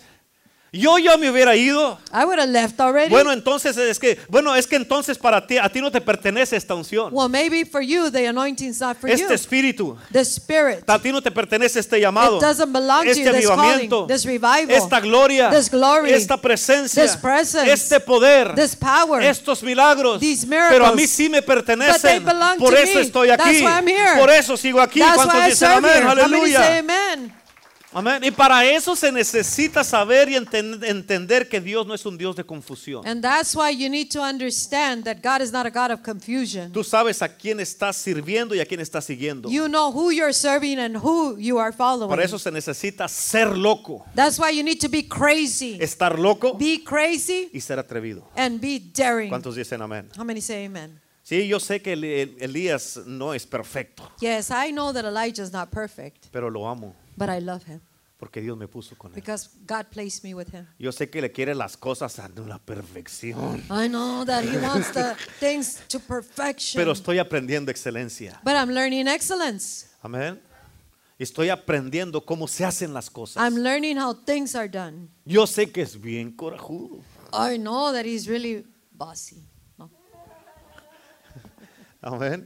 A: Yo ya me hubiera ido.
B: I would have left already.
A: Bueno, entonces es que, bueno, es que entonces para ti, a ti no te pertenece esta unción,
B: well, maybe for you, the anointing's not for
A: este
B: you.
A: espíritu.
B: The Spirit.
A: A ti no te pertenece este llamado,
B: It doesn't belong to
A: este
B: you, this
A: avivamiento,
B: calling, this revival,
A: esta gloria,
B: this glory,
A: esta presencia,
B: this presence,
A: este poder,
B: this power,
A: estos milagros.
B: these miracles.
A: pero a mí sí me pertenecen.
B: But they belong
A: Por
B: to
A: eso
B: me.
A: estoy
B: That's
A: aquí.
B: why I'm here.
A: Por eso sigo aquí.
B: That's
A: ¿Cuántos
B: why I
A: dicen
B: serve
A: amén?
B: here. How many say
A: Aleluya.
B: amen?
A: Amén. Y para eso se necesita saber y enten- entender que Dios no es un Dios de confusión.
B: And that's why you need to understand that God is not a God of confusion.
A: Tú sabes a quién estás sirviendo y a quién estás siguiendo.
B: You know who you're serving and who you are following.
A: Para eso se necesita ser loco,
B: That's why you need to be crazy.
A: estar loco
B: Be crazy
A: y ser atrevido.
B: and be daring.
A: ¿Cuántos dicen amén?
B: How many say amen?
A: Sí, yo sé que El- El- Elías no es perfecto,
B: Yes, I know that Elijah is not perfect,
A: pero lo amo
B: but I love him
A: porque Dios me puso con él.
B: because God placed me with him.
A: Yo sé que le quiere las cosas a la perfección,
B: I know that he wants the things to perfection.
A: pero estoy aprendiendo excelencia.
B: but I'm learning excellence.
A: Amén. Estoy aprendiendo cómo se hacen las cosas.
B: I'm learning how things are done.
A: Yo sé que es bien corajudo.
B: I know that he's really bossy. No.
A: Amén.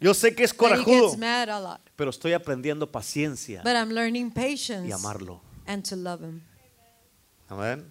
A: Yo sé que es
B: That he gets
A: corajudo,
B: mad a lot.
A: pero estoy aprendiendo paciencia
B: But I'm learning
A: y
B: patience
A: amarlo.
B: and to love him.
A: Amén.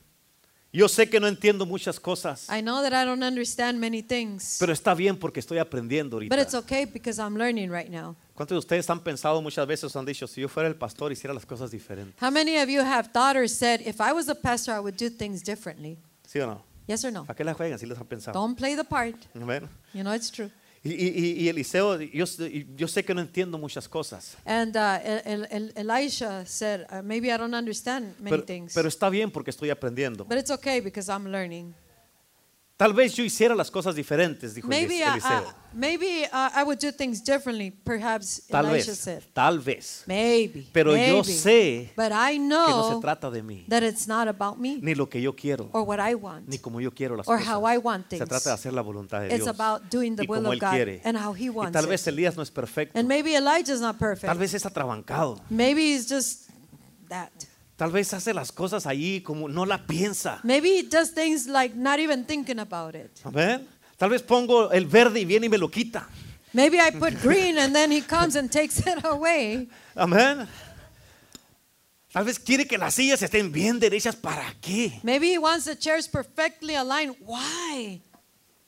A: Yo sé que no entiendo muchas cosas,
B: I know that I don't understand many things.
A: pero está bien porque estoy aprendiendo
B: But it's
A: ahorita.
B: okay because I'm learning right now.
A: ¿Cuántos de ustedes han pensado muchas veces, han dicho, si yo fuera el pastor hiciera las cosas diferentes?
B: How many of you have thought or said, if I was a pastor, I would do things differently?
A: ¿Sí o no?
B: Yes or no?
A: ¿Para qué las juegan si les han pensado?
B: Don't play the part.
A: Amén.
B: You know, it's true.
A: Y, y- y- y Eliseo, yo, yo sé que no entiendo muchas cosas,
B: And uh, El- El- El- Elisha said, uh, maybe I don't understand many
A: pero,
B: things.
A: pero está bien porque estoy aprendiendo.
B: but it's okay because I'm learning.
A: Tal vez yo hiciera las cosas diferentes, dijo
B: Maybe,
A: Elis-
B: I,
A: Eliseo.
B: I- maybe uh, I would do things differently, perhaps
A: tal
B: Elisha
A: vez,
B: said.
A: tal vez.
B: Maybe.
A: Pero
B: maybe.
A: yo sé
B: but I
A: Que no se
B: know
A: trata de mí,
B: that it's not about me
A: ni lo que yo quiero,
B: or what
A: ni
B: I want.
A: como yo quiero las
B: or
A: cosas.
B: how I want
A: Se
B: things.
A: trata de hacer la voluntad de
B: It's
A: Dios
B: about doing the
A: y
B: will
A: como
B: of
A: él
B: God
A: quiere.
B: and how he
A: y
B: wants
A: tal
B: it.
A: vez Elías no es perfecto.
B: And maybe Elijah's not
A: Tal
B: perfect.
A: vez es atrabancado.
B: Maybe he's just that.
A: Tal vez hace las cosas ahí como no la piensa.
B: Maybe he does things like not even thinking about it.
A: Amén. Tal vez pongo el verde y viene y me lo quita.
B: Maybe I put green and then he comes and takes it away.
A: Amén. Tal vez quiere que las sillas estén bien derechas. ¿Para qué?
B: Maybe he wants the chairs perfectly aligned. Why?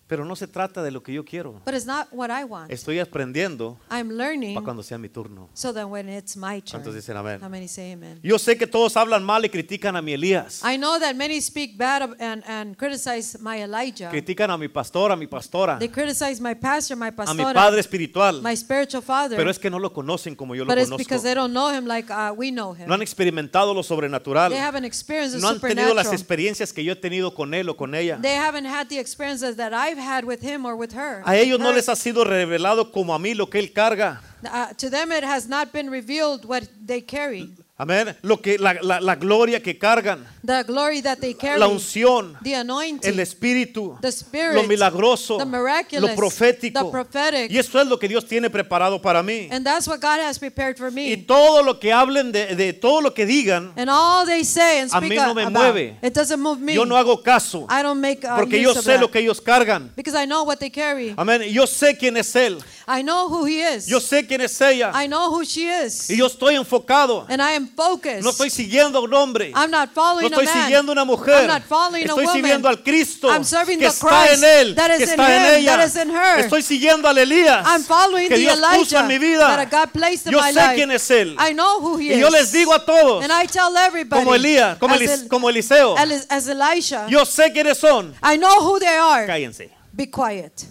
A: Pero no se trata de lo que yo quiero.
B: But it's not what I want.
A: Estoy aprendiendo
B: I'm
A: para
B: learning
A: cuando sea mi turno.
B: so that when it's my turn.
A: ¿Cuántos dicen amén?
B: How many say amen?
A: Yo sé que todos hablan mal y critican a mi Elías.
B: I know that many speak bad of- and, and criticize my Elijah.
A: Critican a mi pastor, a mi pastora,
B: They criticize my pastor, my
A: a mi
B: pastora,
A: padre espiritual.
B: my spiritual father.
A: Pero es que no lo conocen como yo lo
B: but it's
A: conozco.
B: because they don't know him like uh, we know him.
A: No han experimentado lo sobrenatural.
B: they haven't experienced the
A: No han tenido las
B: supernatural.
A: experiencias que yo he tenido con él o con ella.
B: They haven't had the experiences that I've had with him or with her.
A: A ellos no
B: Her.
A: les ha sido revelado como a mí lo que él carga.
B: Uh, to them, it has not been revealed what they carry,
A: Amén. Lo que la, la- la gloria que cargan,
B: the glory that they carry,
A: la unción,
B: the anointing,
A: el espíritu,
B: the spirit,
A: lo milagroso,
B: the
A: lo
B: miraculous,
A: profético.
B: the prophetic.
A: Y eso es lo que Dios tiene preparado para mí.
B: and that's what God has prepared for me.
A: Y todo lo que hablen de, de todo lo que digan,
B: and all they say and
A: A
B: speak
A: mí no me
B: about,
A: mueve.
B: it doesn't move me.
A: yo no hago caso,
B: I don't make uh,
A: porque
B: use
A: yo
B: of
A: sé
B: that.
A: lo que ellos cargan.
B: because I know what they carry.
A: Amén. Yo sé quién es él.
B: I know who he is.
A: Yo sé quién es ella.
B: I know who she is.
A: Y yo estoy enfocado.
B: and I am focused.
A: No estoy siguiendo a un hombre.
B: I'm not
A: No
B: following
A: estoy
B: a man.
A: siguiendo a una
B: I'm
A: mujer.
B: not following a
A: Estoy
B: woman.
A: siguiendo al Cristo
B: I'm serving
A: que
B: the
A: está en
B: Christ
A: él,
B: that is
A: que
B: in
A: está en
B: him,
A: ella.
B: that is in her.
A: Estoy siguiendo al Elías
B: I'm following
A: que
B: the
A: Dios puso
B: Elijah
A: en mi
B: that
A: vida.
B: God placed in
A: Yo
B: my
A: sé
B: life.
A: quién es él.
B: I know who he
A: Y
B: is.
A: yo les digo a todos,
B: and I tell everybody,
A: como Elías, como,
B: as,
A: Elis-
B: El-
A: como Eliseo,
B: Elis- as Elisha,
A: yo sé quiénes son.
B: I know who they are.
A: Cállense.
B: Be quiet.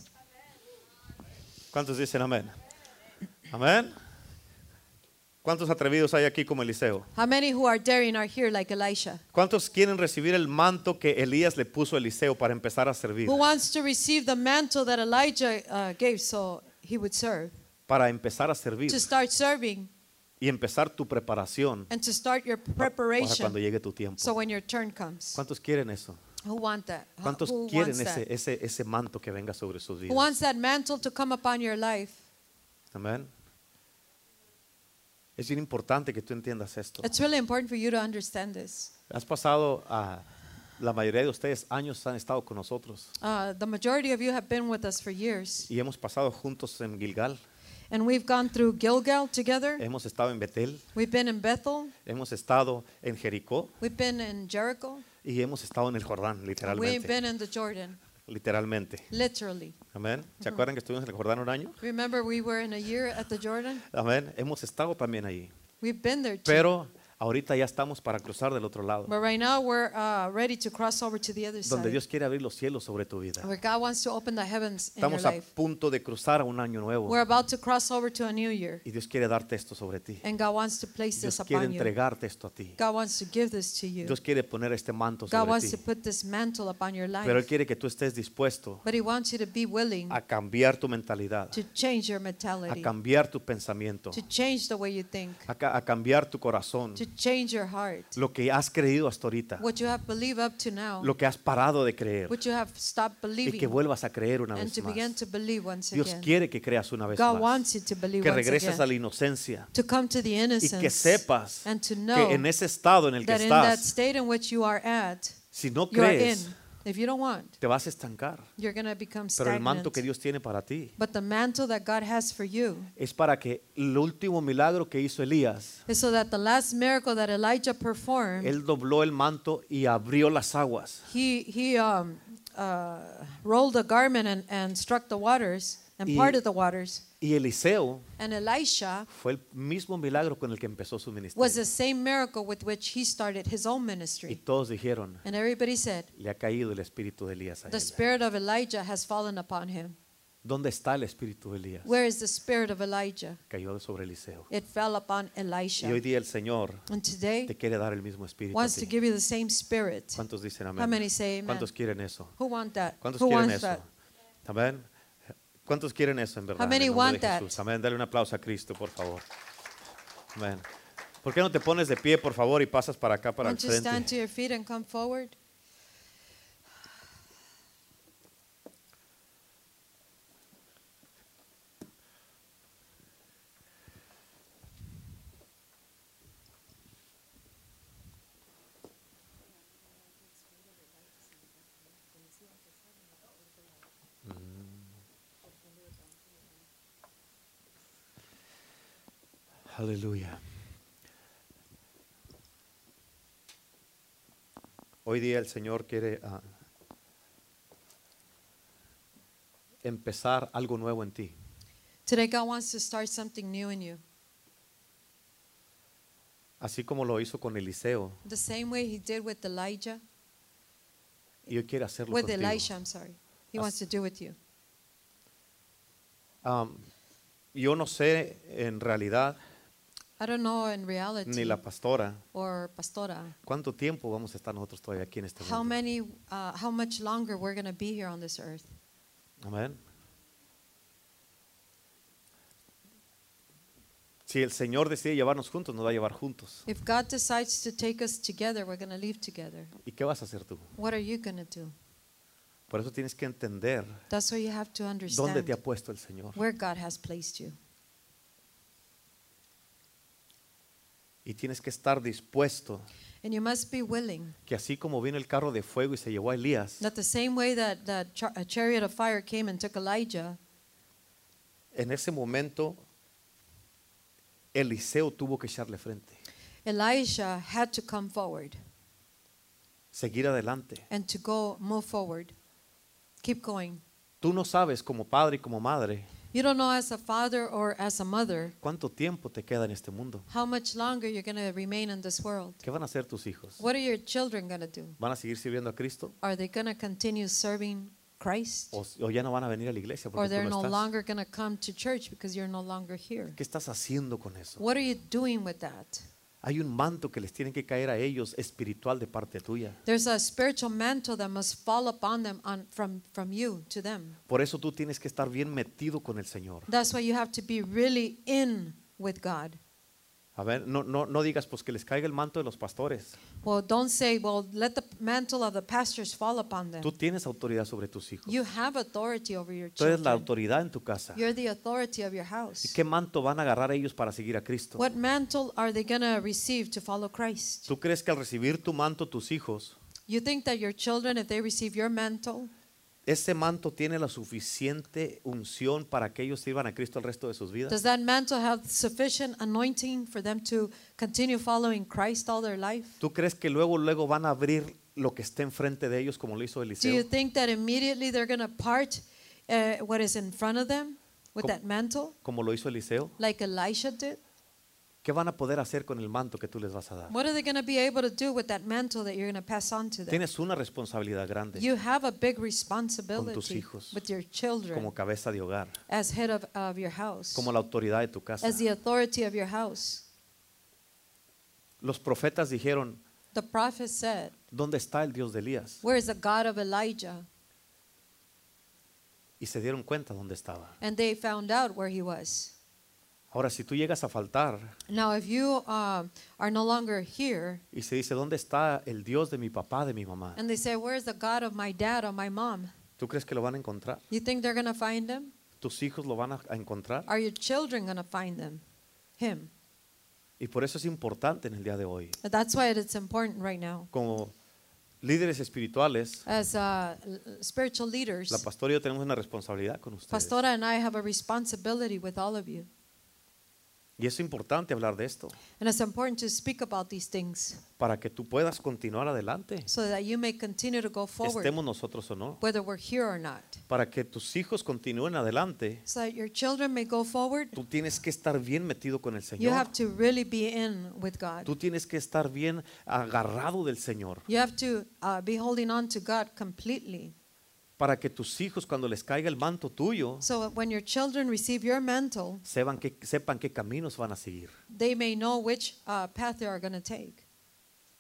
A: ¿Cuántos dicen amén? Amén. ¿Cuántos atrevidos hay aquí como Eliseo?
B: How many who are daring are here like Elisha?
A: ¿Cuántos quieren recibir el manto que Elías le puso a Eliseo para empezar a servir?
B: Who wants to receive the mantle that Elijah uh, gave so he would serve?
A: Para empezar a servir
B: To start serving
A: y empezar tu preparación
B: and to start your
A: para cuando
B: preparation
A: llegue tu tiempo.
B: so when your turn comes.
A: ¿Cuántos quieren eso?
B: Who want that? Who-
A: ¿Cuántos
B: who
A: quieren
B: wants that?
A: ese, ese, ese manto que venga sobre sus
B: Who
A: vidas?
B: wants that mantle to come upon your life?
A: Amén. Es bien importante que tú entiendas esto.
B: It's really important for you to understand this.
A: Has pasado a la mayoría de ustedes años han estado con nosotros
B: Uh, the majority of you have been with us for years,
A: y hemos pasado juntos en Gilgal,
B: and we've gone through Gilgal together.
A: hemos estado en Betel,
B: We've been in Bethel.
A: hemos estado en Jericó
B: We've been in Jericho.
A: y hemos estado en el Jordán,
B: We've
A: literalmente.
B: been in the Jordan,
A: Literalmente.
B: literally.
A: Amén. ¿Se acuerdan que estuvimos en el Jordán un año?
B: Remember, we were in a year at the Jordan.
A: Amén. Hemos estado también allí.
B: We've been there too.
A: Pero ahorita ya estamos para cruzar del otro lado,
B: but right now, we're uh, ready to cross over to the other
A: donde
B: side,
A: Dios quiere abrir los cielos sobre tu vida.
B: where God wants to open the heavens in your
A: Estamos a
B: life.
A: punto de cruzar a un año nuevo
B: We're about to cross over to a new year,
A: y Dios quiere darte esto sobre ti.
B: and God wants to place this
A: Dios quiere
B: upon you.
A: entregarte esto a ti.
B: God wants to give this to you.
A: Dios quiere poner este manto
B: God
A: sobre
B: wants to
A: ti.
B: put this mantle upon your
A: Pero Él
B: life,
A: quiere que tú estés dispuesto
B: but He wants you to be willing
A: a cambiar tu mentalidad,
B: to change your
A: a
B: mentality,
A: cambiar tu pensamiento,
B: to change the way you think,
A: a, ca- a cambiar tu corazón,
B: to change your heart,
A: lo que has creído hasta ahorita,
B: what you have believed up to now,
A: lo que has parado de creer
B: what you have stopped
A: y que
B: believing,
A: vuelvas a creer una
B: and
A: vez
B: to begin
A: más.
B: to believe once
A: Dios
B: again.
A: quiere que creas una vez
B: God
A: más,
B: wants you to believe
A: que
B: once
A: regreses a
B: again,
A: la inocencia
B: to come to the
A: y que
B: innocence,
A: sepas
B: and to know
A: que en ese estado en el que
B: that in that
A: estás,
B: state in which you are at,
A: si no
B: you are in.
A: crees,
B: If you don't want,
A: te vas a estancar.
B: you're going to become
A: Pero el manto
B: stagnant.
A: que Dios tiene para ti
B: But the mantle that God has for you
A: es para que el último milagro que hizo Elías,
B: is so that the last miracle that Elijah performed,
A: él dobló el manto y abrió las aguas.
B: he, he um, uh, rolled a garment and, and struck the waters and
A: Y-
B: parted the waters.
A: Y Eliseo
B: And Elisha
A: fue el mismo milagro con el que empezó su
B: was
A: ministerio.
B: the same miracle with which he started his own
A: Y
B: ministry.
A: todos dijeron,
B: And everybody said,
A: le ha caído el espíritu de Elías a
B: The
A: él.
B: spirit of Elijah has fallen upon him.
A: ¿Dónde está el espíritu de Elías?
B: Where is the spirit of Elijah?
A: Cayó sobre Eliseo.
B: It fell upon
A: Y hoy
B: Elisha.
A: día el Señor
B: And today,
A: te quiere dar el mismo espíritu. a
B: wants to
A: ti.
B: give you the same spirit.
A: ¿Cuántos dicen
B: How many say
A: amén?
B: amen?
A: ¿Cuántos quieren eso?
B: Who want that?
A: ¿Cuántos
B: Who
A: quieren
B: wants
A: eso?
B: that?
A: Amén. ¿Cuántos quieren eso en verdad?
B: How
A: en
B: many
A: el nombre de
B: want
A: Jesús?
B: that?
A: Amén. Dale un aplauso a Cristo, por favor. Amén. ¿Por qué no te pones de pie, por favor, y pasas para acá, para el
B: Won't you stand
A: frente?
B: to your feet and come forward?
A: Aleluya. Hoy día el Señor quiere ah, empezar algo nuevo en ti.
B: Today, God wants to start something new in you.
A: Así como lo hizo con Eliseo,
B: The same way He did with Elijah,
A: y hoy quiere hacerlo
B: with
A: contigo.
B: Elisha, I'm sorry. He
A: As-
B: wants to do with you.
A: Am, yo no sé en realidad,
B: I don't know in
A: ni
B: reality
A: la pastora,
B: or Pastora
A: cuánto tiempo vamos a estar nosotros todavía aquí en este
B: how
A: mundo.
B: many, uh, how much longer we're going to be here on this earth.
A: Amén. Si el Señor decide llevarnos juntos, nos va a llevar juntos.
B: If God decides to take us together, we're going to leave together.
A: ¿Y qué vas a hacer tú?
B: What are you going to do?
A: Por eso tienes que entender
B: That's what you have to
A: dónde te
B: understand
A: ha puesto el Señor.
B: where God has placed you.
A: Y tienes que estar dispuesto
B: And you must be willing
A: que así como vino el carro de fuego y se llevó a Elías,
B: that the same way that, that char- a chariot of fire came and took Elijah,
A: en ese momento Eliseo tuvo que echarle frente,
B: Elisha had to come forward
A: seguir adelante.
B: and to go move forward. Keep going.
A: Tú no sabes como padre y como madre
B: You don't know as a father or as a mother
A: cuánto tiempo te queda en este mundo.
B: how much longer you're going to remain in this world.
A: ¿Qué van a hacer tus hijos?
B: What are your children going to do?
A: ¿Van a seguir sirviendo a Cristo?
B: Are they going to continue serving Christ?
A: ¿O, o ya no van a venir a la iglesia
B: Or
A: porque tú
B: they're no
A: no estás?
B: longer going to come to church because you're no longer here?
A: ¿Qué estás haciendo con eso?
B: What are you doing with that?
A: Hay un manto que les tiene que caer a ellos espiritual de parte tuya.
B: There's a spiritual mantle that must fall upon them on, from, from you to them.
A: Por eso tú tienes que estar bien metido con el Señor.
B: That's why you have to be really in with God.
A: A ver, no, no, no digas pues que les caiga el manto de los pastores.
B: Well, don't say, well, let the mantle of the pastors fall upon them.
A: Tú tienes autoridad sobre tus hijos.
B: You have authority over your
A: Tú eres la
B: children.
A: autoridad en tu casa.
B: You're the authority of your
A: ¿Y
B: house.
A: qué manto van a agarrar ellos para seguir a Cristo?
B: What mantle are they going to receive to follow Christ?
A: ¿Tú crees que al recibir tu manto tus hijos,
B: You think that your children, if they receive your mantle,
A: ese manto tiene la suficiente unción para que ellos sirvan a Cristo el resto de sus vidas?
B: does that mantle have sufficient anointing for them to continue following Christ all their life?
A: ¿Tú crees que luego luego van a abrir lo que está enfrente de ellos como lo hizo
B: Do you
A: Eliseo?
B: think that immediately they're going to part uh, what is in front of them with
A: Com-
B: that mantle,
A: Como lo hizo Eliseo.
B: like Elisha did?
A: ¿Qué van a poder hacer con el manto que tú les vas a dar?
B: What are they going to be able to do with that mantle that you're going to pass on to them?
A: Tienes una responsabilidad grande
B: You have a big responsibility
A: hijos.
B: with your children
A: como cabeza de hogar,
B: as head of, of your house,
A: como la autoridad de tu casa.
B: as the authority of your house.
A: Los profetas dijeron,
B: The prophet said,
A: ¿dónde está el Dios de Elías?
B: Where is the God of Elijah?
A: Y se dieron cuenta dónde estaba.
B: And they found out where he was.
A: Ahora, si tú llegas a faltar
B: Now, if you um, are no longer here,
A: y se dice, ¿dónde está el Dios de mi papá, de mi mamá?
B: and they say, Where is the God of my dad or my mom?
A: ¿Tú crees que lo van a encontrar?
B: You think they're going to find him?
A: ¿Tus hijos lo van a a encontrar?
B: Are your children going to find them? Him.
A: Y por eso es importante en el día de hoy.
B: But That's why it's important right now.
A: Como líderes espirituales,
B: As uh, l- spiritual
A: la
B: leaders,
A: pastora y yo tenemos una responsabilidad con ustedes.
B: Pastora and I have a responsibility with all of you.
A: Y es importante hablar de esto
B: And it's important to speak about these things
A: para que tú puedas continuar adelante,
B: so that you may continue to go forward,
A: estemos nosotros o no.
B: whether we're here or not.
A: Para que tus hijos continúen adelante,
B: So that your children may go forward,
A: tú tienes que estar bien metido con el
B: you
A: Señor.
B: have to really be in with God.
A: Tú tienes que estar bien agarrado del Señor
B: You have to uh, be holding on to God completely.
A: para que tus hijos cuando les caiga el manto tuyo
B: So when your children receive your mantle,
A: sepan qué, sepan qué caminos van a seguir.
B: they may know which uh, path they are going to take.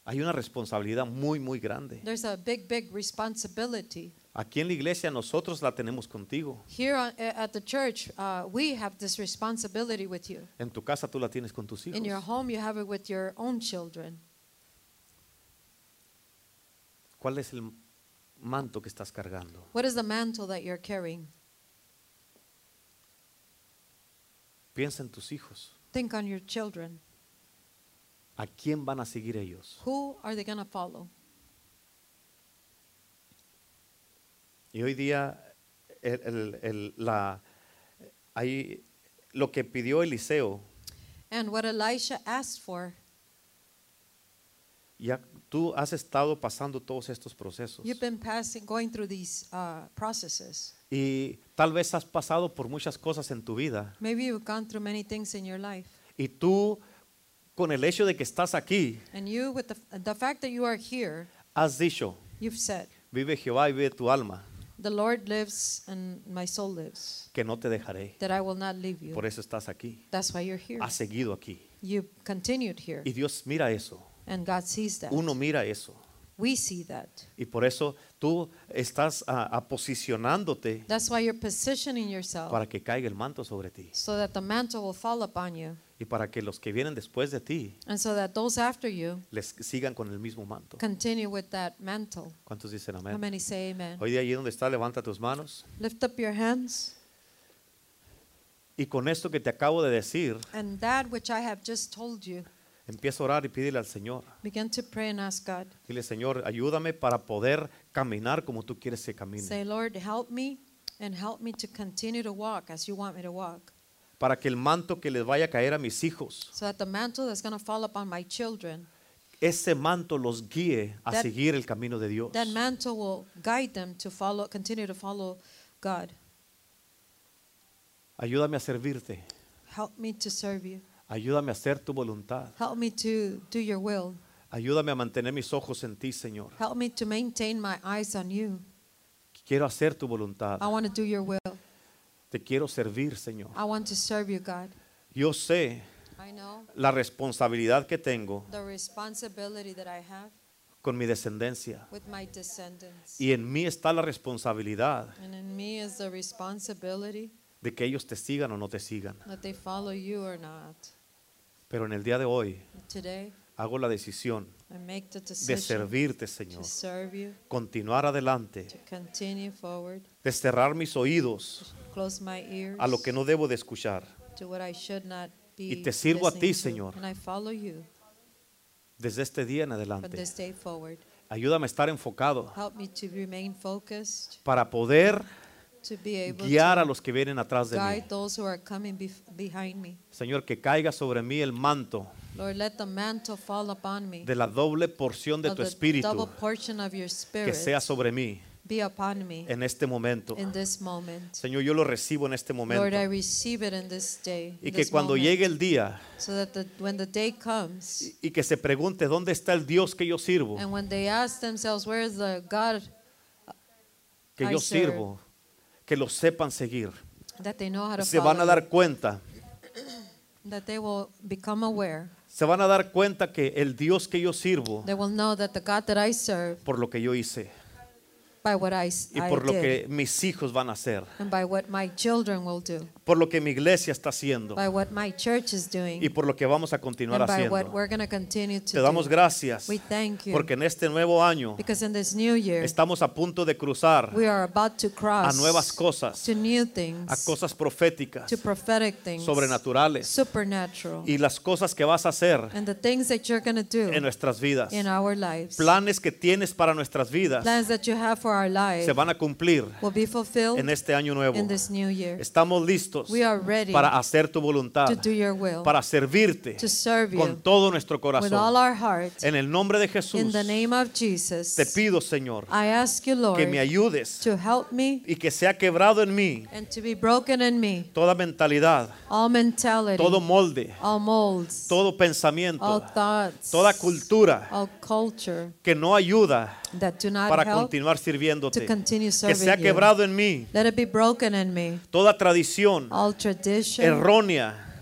A: Hay una responsabilidad muy, muy grande.
B: There's a big, big responsibility.
A: Aquí en la iglesia nosotros la tenemos contigo.
B: Here on, a- at the church, uh, we have this responsibility with you.
A: En tu casa tú la tienes con tus hijos.
B: In your home, you have it with your own children.
A: ¿Cuál es el manto que estás cargando?
B: What is the mantle that you're carrying?
A: Piensa en tus hijos.
B: Think on your children.
A: ¿A quién van a seguir ellos?
B: Who are they going to follow?
A: Y hoy día el- el- el- la, hay, lo que pidió Eliseo,
B: And what Elisha asked for,
A: ya tú has estado pasando todos estos procesos.
B: you've been passing, going through these uh, processes.
A: Y tal vez has pasado por muchas cosas en tu vida.
B: Maybe you've gone through many things in your life.
A: Y tú, con el hecho de que estás aquí,
B: And you, with the, the fact that you are here,
A: has dicho,
B: you've said,
A: vive Jehová y vive tu alma,
B: The Lord lives and my soul lives,
A: que no te dejaré.
B: that I will not leave you.
A: Por eso estás aquí.
B: That's why you're here.
A: Has seguido aquí.
B: You continued here.
A: Y Dios mira eso.
B: And God sees that.
A: Uno mira eso.
B: We see that.
A: Y por eso tú estás ah, ah, posicionándote
B: That's why you're positioning yourself
A: para que caiga el manto sobre ti.
B: so that the mantle will fall upon you
A: Y para que los que vienen después de ti
B: and so that those after you
A: les sigan con el mismo manto.
B: continue with that mantle.
A: ¿Cuántos dicen
B: How
A: amén?
B: many say amen?
A: Hoy día allí donde está, levanta tus manos.
B: Lift up your hands.
A: Y con esto que te acabo de decir,
B: And that which I have just told you,
A: Empieza a orar y pídele al Señor.
B: begin to pray and ask God.
A: Dile, Señor, ayúdame para poder caminar como tú quieres que camine.
B: Say, Lord, help me and help me to continue to walk as you want me to walk.
A: Para que el manto que les vaya a caer a mis hijos,
B: So that the mantle that's going to fall upon my children,
A: ese manto los guíe a
B: That-
A: seguir el camino de Dios.
B: that mantle will guide them to follow, continue to follow God.
A: Ayúdame a servirte.
B: Help me to serve you.
A: Ayúdame a hacer tu voluntad.
B: Help me to do your will.
A: Ayúdame a mantener mis ojos en ti, Señor.
B: Help me to maintain my eyes on you.
A: Quiero hacer tu voluntad.
B: I want to do your will.
A: Te quiero servir, Señor.
B: I want to serve you, God.
A: Yo sé
B: I know
A: la responsabilidad que tengo
B: the responsibility that I have
A: con mi descendencia.
B: with my descendants.
A: Y en mí está la responsabilidad
B: And in me is the responsibility
A: de que ellos te sigan o no te sigan.
B: that they follow you or not.
A: Pero en el día de hoy
B: Today,
A: hago la decisión
B: I make the
A: de
B: decision
A: servirte, Señor,
B: to serve you,
A: continuar adelante,
B: to continue forward,
A: desterrar mis oídos
B: close my ears
A: a lo que no debo de escuchar.
B: to what I should not be
A: Y te sirvo a ti,
B: listening to,
A: Señor.
B: And I follow you
A: Desde este día en
B: from
A: adelante,
B: this day forward.
A: ayúdame a estar enfocado
B: Help me to remain focused,
A: para poder
B: to be able
A: guiar a
B: to
A: los que vienen atrás de mí.
B: guide those who are coming bef- behind me.
A: Señor, que caiga sobre mí el manto
B: Lord, let the mantle fall upon me.
A: de la doble porción de
B: of
A: tu
B: the double
A: espíritu
B: portion of your spirit
A: que sea sobre mí
B: be upon me
A: en este momento.
B: in this moment.
A: Señor, yo lo recibo en este
B: Lord,
A: momento.
B: I receive it in this day.
A: Y
B: in
A: que
B: this
A: cuando
B: moment,
A: llegue el día
B: so that the, when the day comes
A: y que se pregunte dónde está el Dios que yo sirvo,
B: and when they ask themselves, where is the God
A: que
B: I
A: yo
B: serve.
A: sirvo, que lo sepan seguir.
B: that they know how to
A: Se van a
B: follow,
A: dar cuenta,
B: that they will become aware.
A: se van a dar cuenta que el Dios que yo sirvo,
B: They will know that the God that I serve,
A: por lo que yo hice
B: by what I, s-
A: y
B: I
A: por lo
B: did,
A: que mis hijos van a hacer,
B: and by what my children will do,
A: por lo que mi iglesia está haciendo
B: by what my church is doing,
A: y por lo que vamos a
B: and
A: continuar
B: by what
A: haciendo.
B: we're going to continue to
A: Te damos
B: do.
A: gracias
B: We thank you.
A: porque en este nuevo año
B: Because in this new year,
A: estamos a punto de cruzar
B: We are about to
A: a
B: cross
A: nuevas cosas,
B: to new things,
A: a cosas proféticas,
B: to prophetic things,
A: sobrenaturales
B: supernatural,
A: y las cosas que vas a hacer
B: and the things that you're going to do
A: en nuestras vidas.
B: in our lives.
A: Planes que tienes para nuestras vidas
B: Plans that you have for our lives
A: se van a cumplir
B: will be fulfilled
A: en este año nuevo.
B: in this new year.
A: Estamos listos
B: We are ready
A: para hacer tu voluntad,
B: to do your will,
A: para servirte
B: to serve you
A: con todo nuestro
B: with all
A: corazón.
B: our heart.
A: En el nombre de Jesús,
B: in the name of Jesus,
A: te pido, Señor,
B: I ask you, Lord,
A: que me ayudes
B: to help me
A: y que sea quebrado en mí
B: and to be broken in me
A: toda mentalidad,
B: all mentality,
A: todo molde,
B: all molds,
A: todo
B: all
A: pensamiento,
B: thoughts,
A: toda cultura
B: all culture.
A: que no ayuda
B: that do not
A: para
B: help
A: continuar
B: to
A: sirviéndote.
B: continue
A: Que
B: serving
A: sea
B: you.
A: quebrado en mí
B: Let it be broken in me.
A: toda tradición
B: All tradition,
A: errónea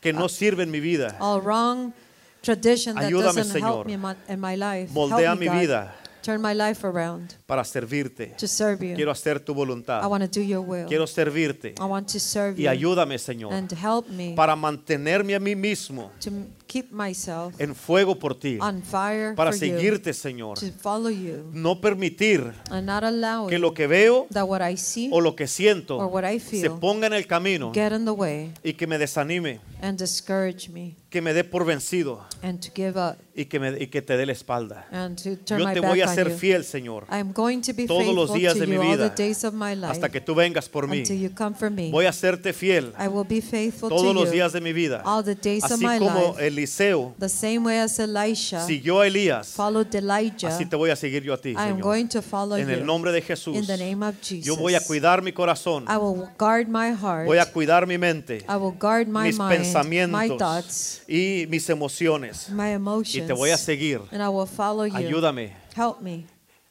A: que no sirve en mi vida.
B: all wrong tradition that
A: Ayúdame,
B: doesn't
A: Señor.
B: help me in my, in my life.
A: Moldea
B: help
A: mi
B: me, God.
A: vida.
B: Turn my life around
A: para servirte.
B: to serve you.
A: Quiero hacer tu
B: I
A: voluntad.
B: want to do your will.
A: Quiero servirte.
B: I want to serve
A: Y
B: you.
A: ayúdame, Señor,
B: and help me
A: para mantenerme a mí mismo
B: to m- keep myself
A: en fuego por ti.
B: on fire
A: Eh, Para
B: for you,
A: seguirte, Señor.
B: to follow you,
A: No permitir
B: and not allow
A: que
B: it
A: lo Oh, que veo
B: that what I see
A: o lo que
B: or
A: siento
B: what I
A: se
B: feel
A: ponga en el camino
B: get in the way
A: y que me desanime,
B: and discourage me
A: que me dé por vencido
B: and to give up.
A: y que, me, y que te dé la espalda.
B: and to turn
A: Yo
B: my
A: te
B: back
A: voy a
B: on
A: ser
B: you.
A: fiel, Señor,
B: I am going to be
A: todos los
B: faithful
A: días
B: to
A: de mi
B: you all the
A: vida,
B: days of my life
A: hasta que tú vengas por mí.
B: until you come for me.
A: Voy a serte fiel
B: I will be faithful
A: todos
B: to
A: los
B: you
A: días de mi vida.
B: all the days of
A: Así
B: my
A: como
B: life.
A: Eliseo
B: the same way as Elisha
A: siguió a Elías,
B: followed Elijah.
A: así te voy a seguir yo a ti,
B: I am
A: Señor.
B: going to follow
A: En
B: you
A: el nombre de Jesús,
B: in the name of Jesus.
A: yo voy a cuidar mi corazón,
B: I will guard my heart.
A: voy a cuidar mi mente,
B: I will guard my
A: mis
B: mind, my thoughts,
A: pensamientos y mis emociones.
B: my
A: Y
B: emotions.
A: te voy a seguir.
B: and I will follow you.
A: Ayúdame,
B: Help me.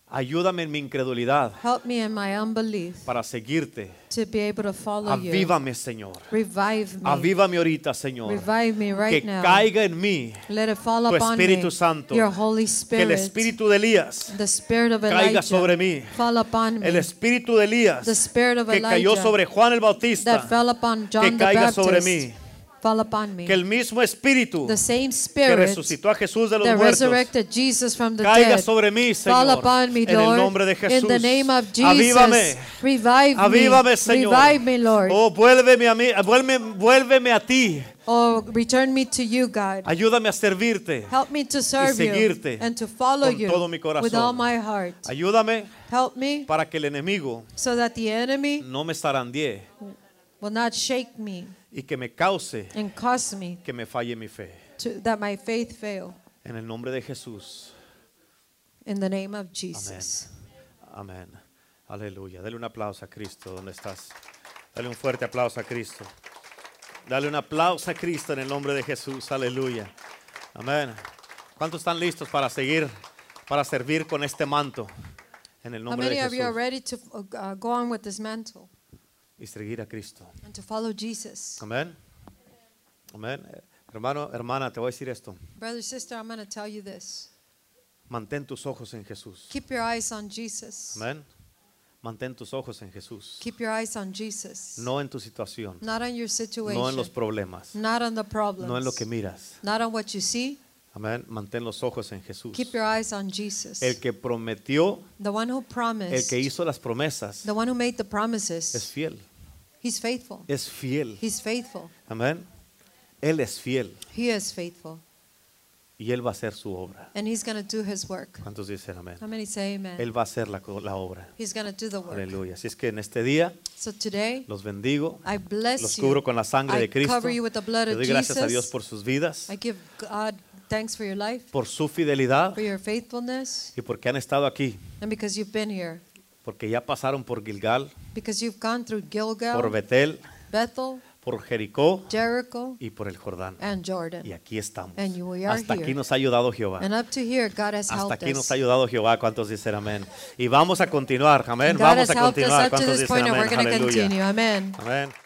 A: ayúdame en mi incredulidad
B: Help me in my unbelief
A: para seguirte.
B: to be able to follow you.
A: Avívame, Señor.
B: Revive me.
A: Avívame Ah, ahorita, Señor.
B: Revive me right
A: Que
B: now.
A: caiga en mí
B: Let it fall
A: tu
B: upon
A: Espíritu
B: me.
A: Santo.
B: Your Holy
A: que
B: Spirit.
A: el espíritu de Elías,
B: the spirit of
A: caiga
B: Elijah.
A: sobre mí.
B: Fall upon me.
A: el espíritu de Elías
B: the spirit of
A: que cayó
B: Elijah
A: sobre Juan el Bautista,
B: that fell upon John the
A: caiga
B: Baptist.
A: sobre mí.
B: Fall upon me.
A: que el mismo espíritu
B: the same
A: que
B: spirit
A: resucitó a Jesús de los
B: that
A: muertos
B: resurrected Jesus from the
A: caiga
B: dead.
A: sobre mí,
B: Fall
A: Señor,
B: upon me,
A: en el
B: Lord.
A: nombre de Jesús.
B: In the name of Jesus.
A: Avívame,
B: Revive me.
A: avívame, Señor.
B: Revive me, Lord.
A: Oh, vuélveme a mí, vuélveme, vuélveme a ti.
B: Oh, return me to you, God.
A: Ayúdame a servirte.
B: Help me to serve you
A: seguirte
B: and to follow
A: con
B: you
A: todo mi
B: with
A: corazón.
B: all my heart.
A: Ayúdame
B: Help me
A: para que el enemigo
B: so that the enemy
A: no me zarandee
B: will not shake me
A: y que me cause
B: and cause me
A: que me falle mi fe.
B: to, that my faith fail.
A: En el nombre de Jesús.
B: In the name of Jesus.
A: Amén. Aleluya. Dale un aplauso a Cristo donde estás. Dale un fuerte aplauso a Cristo. Dale un aplauso a Cristo en el nombre de Jesús. Aleluya. Amén. ¿Cuántos están listos para seguir, para servir con este manto? En el
B: How
A: nombre
B: many
A: de
B: of you are
A: Jesús.
B: ready to uh, go on with this mantle
A: Y seguir a Cristo.
B: and to follow Jesus?
A: Amén. Amén. Eh, Hermano, hermana, te voy a decir esto.
B: Brother, sister, I'm going to tell you this.
A: Mantén tus ojos en Jesús.
B: Keep your eyes on Jesus.
A: Amén. Mantén tus ojos en Jesús,
B: Keep your eyes on Jesus.
A: no en tu situación,
B: Not on your situation.
A: no en los problemas,
B: not on the problems.
A: no en lo que miras.
B: not on what you see.
A: Amén. Mantén los ojos en Jesús.
B: Keep your eyes on Jesus.
A: El que prometió,
B: the one who
A: el
B: promised.
A: que hizo las promesas,
B: the one who made the
A: es
B: promises.
A: fiel.
B: He's faithful.
A: Es fiel.
B: He's faithful.
A: Amén. Él es fiel
B: He is faithful.
A: y él va a hacer su obra.
B: And he's going to do his work.
A: ¿Cuántos dicen amén?
B: How many say amen?
A: Él va a hacer la, co- la obra.
B: he's going to do the work.
A: Aleluya. Así es que en este día
B: So today,
A: los bendigo.
B: I bless
A: Los
B: you.
A: cubro con la sangre
B: I
A: de Cristo.
B: cover you with the blood
A: Le
B: of
A: doy gracias a
B: Jesus.
A: Dios por sus vidas,
B: I give God thanks for your life,
A: por su fidelidad
B: for your faithfulness,
A: y porque han estado aquí,
B: and because you've been here.
A: porque ya pasaron por Gilgal,
B: Because you've gone through
A: por
B: Gilgal,
A: Betel,
B: Bethel,
A: por Jericó
B: Jericho,
A: y por el Jordán.
B: and
A: Y
B: Jordan.
A: aquí estamos.
B: And we are
A: Hasta aquí
B: here.
A: nos ha ayudado Jehová.
B: And up to here, God has
A: Hasta
B: helped
A: aquí nos
B: us.
A: ha ayudado Jehová, cuántos dicen amén. Y vamos a continuar, amén.
B: And God
A: Vamos
B: has
A: a
B: helped us
A: continuar,
B: up to
A: cuántos
B: this
A: dicen
B: point, and
A: amén.
B: we're going to
A: Aleluya.
B: continue. Amen.
A: Amén.